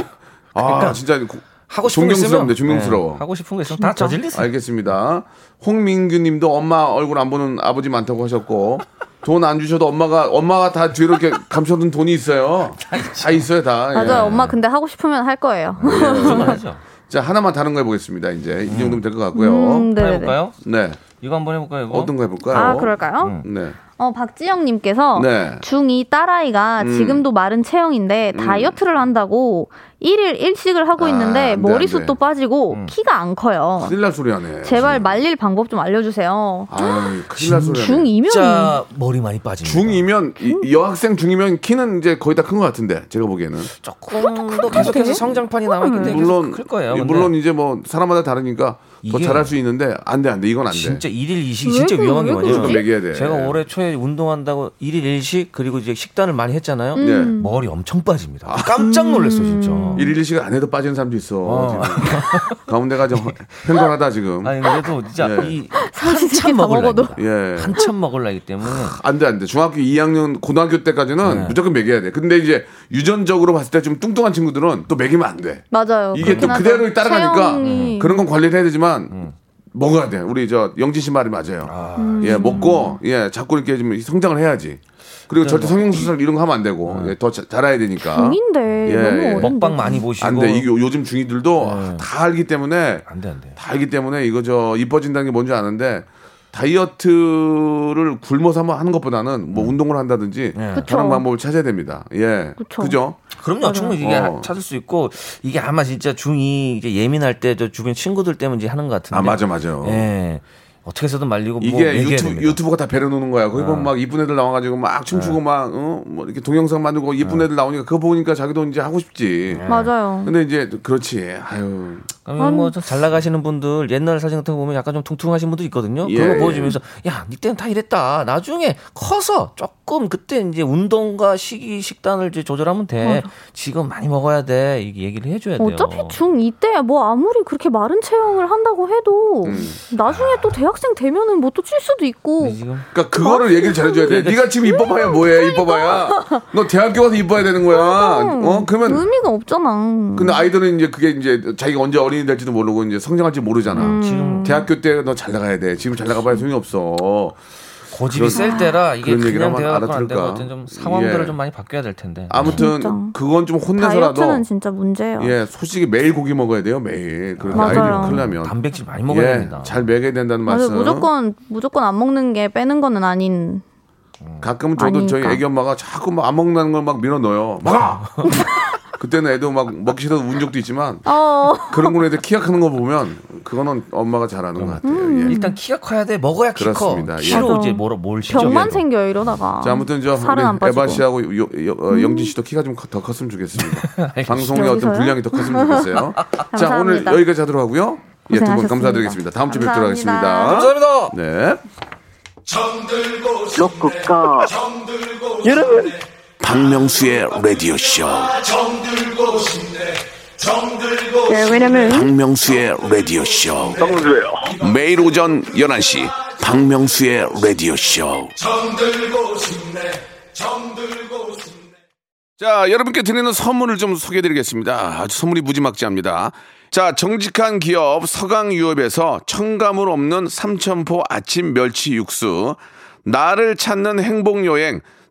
Speaker 1: 아,
Speaker 8: 그러니까.
Speaker 1: 진짜 고-
Speaker 8: 하고 싶은 게 있으면
Speaker 1: 존경스럽네. 존경스러워.
Speaker 8: 네, 하고 싶은 게 있으면 다 저질리세요.
Speaker 1: 알겠습니다. 홍민규 님도 엄마 얼굴 안 보는 아버지 많다고 하셨고 돈 안 주셔도 엄마가 엄마가 다 뒤로 이렇게 감춰둔 돈이 있어요. 다 있어요, 다. 예.
Speaker 9: 맞아요. 엄마 근데 하고 싶으면 할 거예요.
Speaker 8: 그건 하죠.
Speaker 1: 자, 하나만 다른 거 해보겠습니다. 이제 이 정도면 될 것 같고요.
Speaker 9: 음,
Speaker 8: 한번
Speaker 9: 네네네.
Speaker 8: 해볼까요?
Speaker 1: 네.
Speaker 8: 이거 한번 해볼까요? 이거?
Speaker 1: 어떤 거 해볼까요?
Speaker 9: 아, 그럴까요?
Speaker 1: 네.
Speaker 9: 어, 박지영님께서
Speaker 1: 네.
Speaker 9: 중2 딸아이가
Speaker 1: 음.
Speaker 9: 지금도 마른 체형인데 다이어트를 한다고 1일 1식을 하고
Speaker 1: 아,
Speaker 9: 있는데
Speaker 1: 안 돼,
Speaker 9: 머리숱도
Speaker 1: 안 돼.
Speaker 9: 빠지고 키가 안 커요.
Speaker 1: 큰일 날 소리 하네.
Speaker 9: 어. 제발 말릴 방법 좀 알려주세요.
Speaker 1: 아, 큰일 날 소리 하네.
Speaker 9: 음. 중2면
Speaker 8: 진짜 머리 많이 빠진.
Speaker 1: 중이면 이- 여학생 중이면 키는 이제 거의 다 큰 것 같은데 제가 보기에는
Speaker 8: 네, 조금 더 계속해서 성장판이
Speaker 9: 음.
Speaker 8: 남아있기 때문에 물론
Speaker 1: 물론
Speaker 8: 클 거예요.
Speaker 1: 예,
Speaker 8: 근데 네.
Speaker 1: 물론 이제 뭐 사람마다 다르니까 더
Speaker 8: 이게-
Speaker 1: 잘할 수 있는데 안 돼 안 돼 이건 안 돼.
Speaker 8: 진짜 일일 이식 진짜
Speaker 9: 왜
Speaker 8: 위험한 게
Speaker 9: 그러지?
Speaker 1: 무조건
Speaker 8: 뭐냐면
Speaker 1: 먹여야 돼.
Speaker 8: 제가 올해 초에 운동한다고 일일 일식 그리고 이제 식단을 많이 했잖아요.
Speaker 9: 음.
Speaker 1: 네.
Speaker 8: 머리 엄청 빠집니다. 깜짝 놀랐어 진짜.
Speaker 1: 일일 시간 안 해도 빠지는 사람도 있어. 지금. 가운데가 좀 횡단하다 지금.
Speaker 8: 아니 그래도 진짜
Speaker 1: 예.
Speaker 8: 이
Speaker 9: 삼시세끼
Speaker 8: 한참
Speaker 9: 다
Speaker 8: 먹을
Speaker 9: 먹어도
Speaker 8: 나이다.
Speaker 1: 예.
Speaker 8: 한참 먹을 나기 때문에
Speaker 1: 안 돼, 안 돼. 중학교 2학년, 고등학교 때까지는
Speaker 8: 네.
Speaker 1: 무조건 먹여야 돼. 근데 이제 유전적으로 봤을 때 좀 뚱뚱한 친구들은 또 먹이면 안 돼.
Speaker 9: 맞아요.
Speaker 1: 이게 또
Speaker 9: 그렇긴 하죠.
Speaker 1: 그대로 따라가니까 음.
Speaker 9: 체형이
Speaker 1: 그런 건 관리를 해야 되지만 먹어야 돼. 우리 저 영진 씨 말이 음. 맞아요.
Speaker 9: 음.
Speaker 1: 예, 먹고 예, 자꾸 이렇게 좀 성장을 해야지. 그리고 절대 성형수술 이런 거 하면 안 되고 예, 더 자- 자라야 되니까.
Speaker 9: 중인데
Speaker 1: 예, 예.
Speaker 9: 너무 어린데.
Speaker 8: 먹방 많이 보시고
Speaker 1: 안 돼. 이게 요- 요즘 중이들도 다 알기 때문에
Speaker 8: 안 돼, 안 돼.
Speaker 1: 다 알기 때문에 이거 저 이뻐진다는 게 뭔지 아는데 다이어트를 굶어서 한번 하는 것보다는 뭐 운동을 한다든지
Speaker 9: 그쵸.
Speaker 1: 다른 방법을 찾아야 됩니다. 예.
Speaker 9: 그쵸.
Speaker 1: 그죠?
Speaker 8: 그럼요 충분히 이게
Speaker 1: 어.
Speaker 8: 찾을 수 있고 이게 아마 진짜 중이 이게 예민할 때 저 주변 친구들 때문인지 하는 것 같은데
Speaker 1: 아, 맞아 맞아.
Speaker 8: 예 어떻게 해서든 말리고 뭐
Speaker 1: 이게
Speaker 8: 얘기해야
Speaker 1: 유튜브,
Speaker 8: 됩니다. 아.
Speaker 1: 유튜브가 다 배려놓는 거야. 거기 보면 막 이쁜 애들 나와가지고 막 춤추고
Speaker 8: 네.
Speaker 1: 막, 어? 뭐 이렇게 동영상 만들고 이쁜 애들 나오니까 그거 보니까 자기도 이제 하고 싶지.
Speaker 8: 네.
Speaker 9: 네. 맞아요.
Speaker 1: 근데 이제 그렇지. 아유.
Speaker 8: 그러면 뭐잘 나가시는 분들 옛날 사진 같은 거 보면 약간 좀 퉁퉁하신 분들 있거든요.
Speaker 1: 예,
Speaker 8: 그런 거
Speaker 1: 예.
Speaker 8: 보여주면서 야, 니 때는 다 이랬다. 나중에 커서 조금 그때 이제 운동과 식이 식단을 이제 조절하면 돼. 지금 많이 먹어야 돼. 이게 얘기를 해줘야 돼요.
Speaker 9: 어차피 중2 때 뭐 아무리 그렇게 마른 체형을 한다고 해도
Speaker 1: 음.
Speaker 9: 나중에 또 대학생 되면은 뭐 또 찔 수도 있고
Speaker 8: 근데 지금
Speaker 1: 그러니까
Speaker 9: 어?
Speaker 1: 그거를 얘기를 잘해줘야 돼. 네가 지금 이뻐봐야 뭐해,
Speaker 9: 그러니까.
Speaker 1: 이뻐봐야. 너 대학교 가서 이뻐야 되는 거야.
Speaker 9: 음.
Speaker 1: 어? 그러면
Speaker 9: 의미가 없잖아.
Speaker 1: 근데 아이들은 이제 그게 이제 자기가 언제 어른이 될지도 모르고 이제 성장할지 모르잖아.
Speaker 9: 음.
Speaker 8: 지금
Speaker 1: 대학교 때 너 잘 나가야 돼. 지금 잘 나가봐야 소용이 없어.
Speaker 8: 고집이 셀 때라 이게
Speaker 1: 그런 얘기를
Speaker 8: 그냥
Speaker 1: 하면
Speaker 8: 대화가 안 되고
Speaker 1: 알아들을까?
Speaker 8: 어떤 좀 상황들을
Speaker 1: 예.
Speaker 8: 좀 많이 바뀌어야 될 텐데.
Speaker 1: 아무튼
Speaker 9: 진짜.
Speaker 1: 그건 좀 혼내서라도
Speaker 9: 다이어트는 진짜 문제예요.
Speaker 1: 예 솔직히 매일 고기 먹어야 돼요 매일. 그렇게
Speaker 9: 맞아요.
Speaker 1: 아이들이 크려면 예,
Speaker 8: 단백질 많이 먹어야 됩니다.
Speaker 1: 잘 먹여야 된다는
Speaker 9: 맞아요.
Speaker 1: 말씀.
Speaker 9: 무조건 무조건 안 먹는 게 빼는 거는 아닌.
Speaker 1: 가끔은 저도 저희
Speaker 9: 아니니까.
Speaker 1: 애기 엄마가 자꾸 막 안 먹는 걸 막 밀어 넣어요.
Speaker 8: 아!
Speaker 1: 먹어. 그때는 애도 막 먹기 싫어서 운 적도 있지만
Speaker 9: 어.
Speaker 1: 그런 걸 애들 키약하는 거 보면 그거는 엄마가 잘하는 것 같아요. 예.
Speaker 8: 음. 일단 키가 커야 돼. 먹어야 키
Speaker 1: 그렇습니다.
Speaker 8: 커.
Speaker 1: 예.
Speaker 8: 키로
Speaker 9: 맞아.
Speaker 8: 이제 뭘, 뭘 시죠?
Speaker 9: 병만 생겨요 이러다가.
Speaker 1: 자, 아무튼 저
Speaker 9: 살은 안
Speaker 1: 우리
Speaker 9: 빠지고. 음.
Speaker 1: 에바 씨하고 요- 요- 어, 영진 씨도 키가 좀 더 컸으면 좋겠습니다. 방송의 어떤
Speaker 9: 여기서요?
Speaker 1: 분량이 더 컸으면 좋겠어요. 자,
Speaker 9: 감사합니다.
Speaker 1: 오늘 여기까지 하도록 하고요. 예, 두 분
Speaker 9: 고생하셨습니다.
Speaker 1: 감사드리겠습니다. 다음 주에 뵙도록
Speaker 9: 감사합니다.
Speaker 1: 하겠습니다.
Speaker 8: 감사합니다.
Speaker 1: 네.
Speaker 4: 적극가 여러분
Speaker 2: 박명수의 라디오 쇼.
Speaker 5: 네, 왜냐면
Speaker 2: 박명수의 라디오 쇼.
Speaker 4: 정수예요
Speaker 2: 매일 오전 11시 박명수의 라디오 쇼.
Speaker 1: 자, 여러분께 드리는 선물을 좀 소개해 드리겠습니다. 아주 선물이 무지막지합니다. 자, 정직한 기업 서강유업에서 청가물 없는 삼천포 아침 멸치 육수, 나를 찾는 행복여행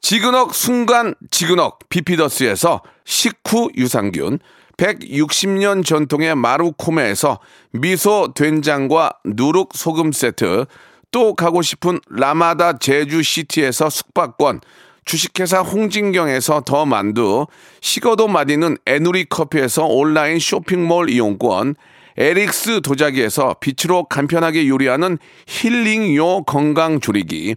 Speaker 1: 지그넉 순간 지그넉 비피더스에서 식후 유산균, 160년 전통의 마루코메에서 미소 된장과 누룩 소금 세트, 또 가고 싶은 라마다 제주시티에서 숙박권, 주식회사 홍진경에서 더 만두, 식어도 마디는 에누리 커피에서 온라인 쇼핑몰 이용권, 에릭스 도자기에서 빛으로 간편하게 요리하는 힐링요 건강 조리기,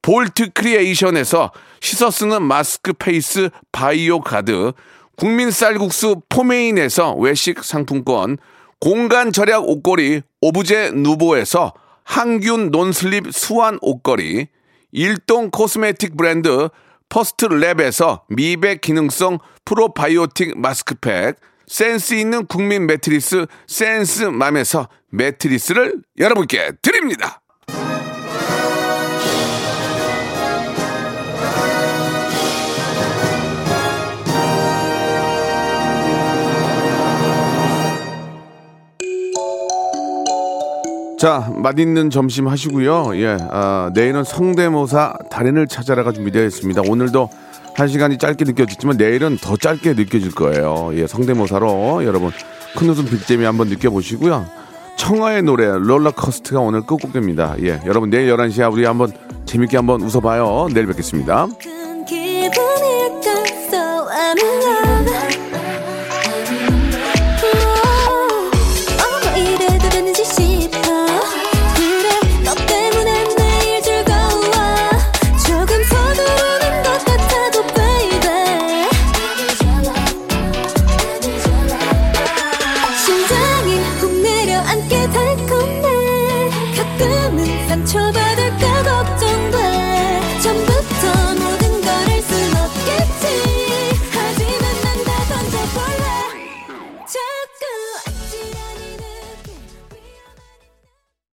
Speaker 1: 볼트 크리에이션에서 씻어 쓰는 마스크 페이스 바이오 가드, 국민 쌀국수 포메인에서 외식 상품권, 공간 절약 옷걸이 오브제 누보에서 항균 논슬립 수완 옷걸이, 일동 코스메틱 브랜드 퍼스트랩에서 미백 기능성 프로바이오틱 마스크팩, 센스 있는 국민 매트리스 센스맘에서 매트리스를 여러분께 드립니다. 자, 맛있는 점심 하시고요. 예, 아, 내일은 성대모사 달인을 찾아라가 준비되어 있습니다. 오늘도 한 시간이 짧게 느껴졌지만 내일은 더 짧게 느껴질 거예요. 예, 성대모사로 여러분 큰 웃음 빅잼이 한번 느껴보시고요. 청하의 노래 롤러코스트가 오늘 끝곡입니다. 예, 여러분 내일 11시에 우리 한번 재밌게 한번 웃어봐요. 내일 뵙겠습니다.
Speaker 10: 같은 기분일까 So I'm in love Wow, 어머 이래도 되는지 싶어 그래 너 때문에 매일 즐거워 조금 서두르는 것 같아도 baby 심장이 훅 내려앉게 달콤해 가끔은 상처받아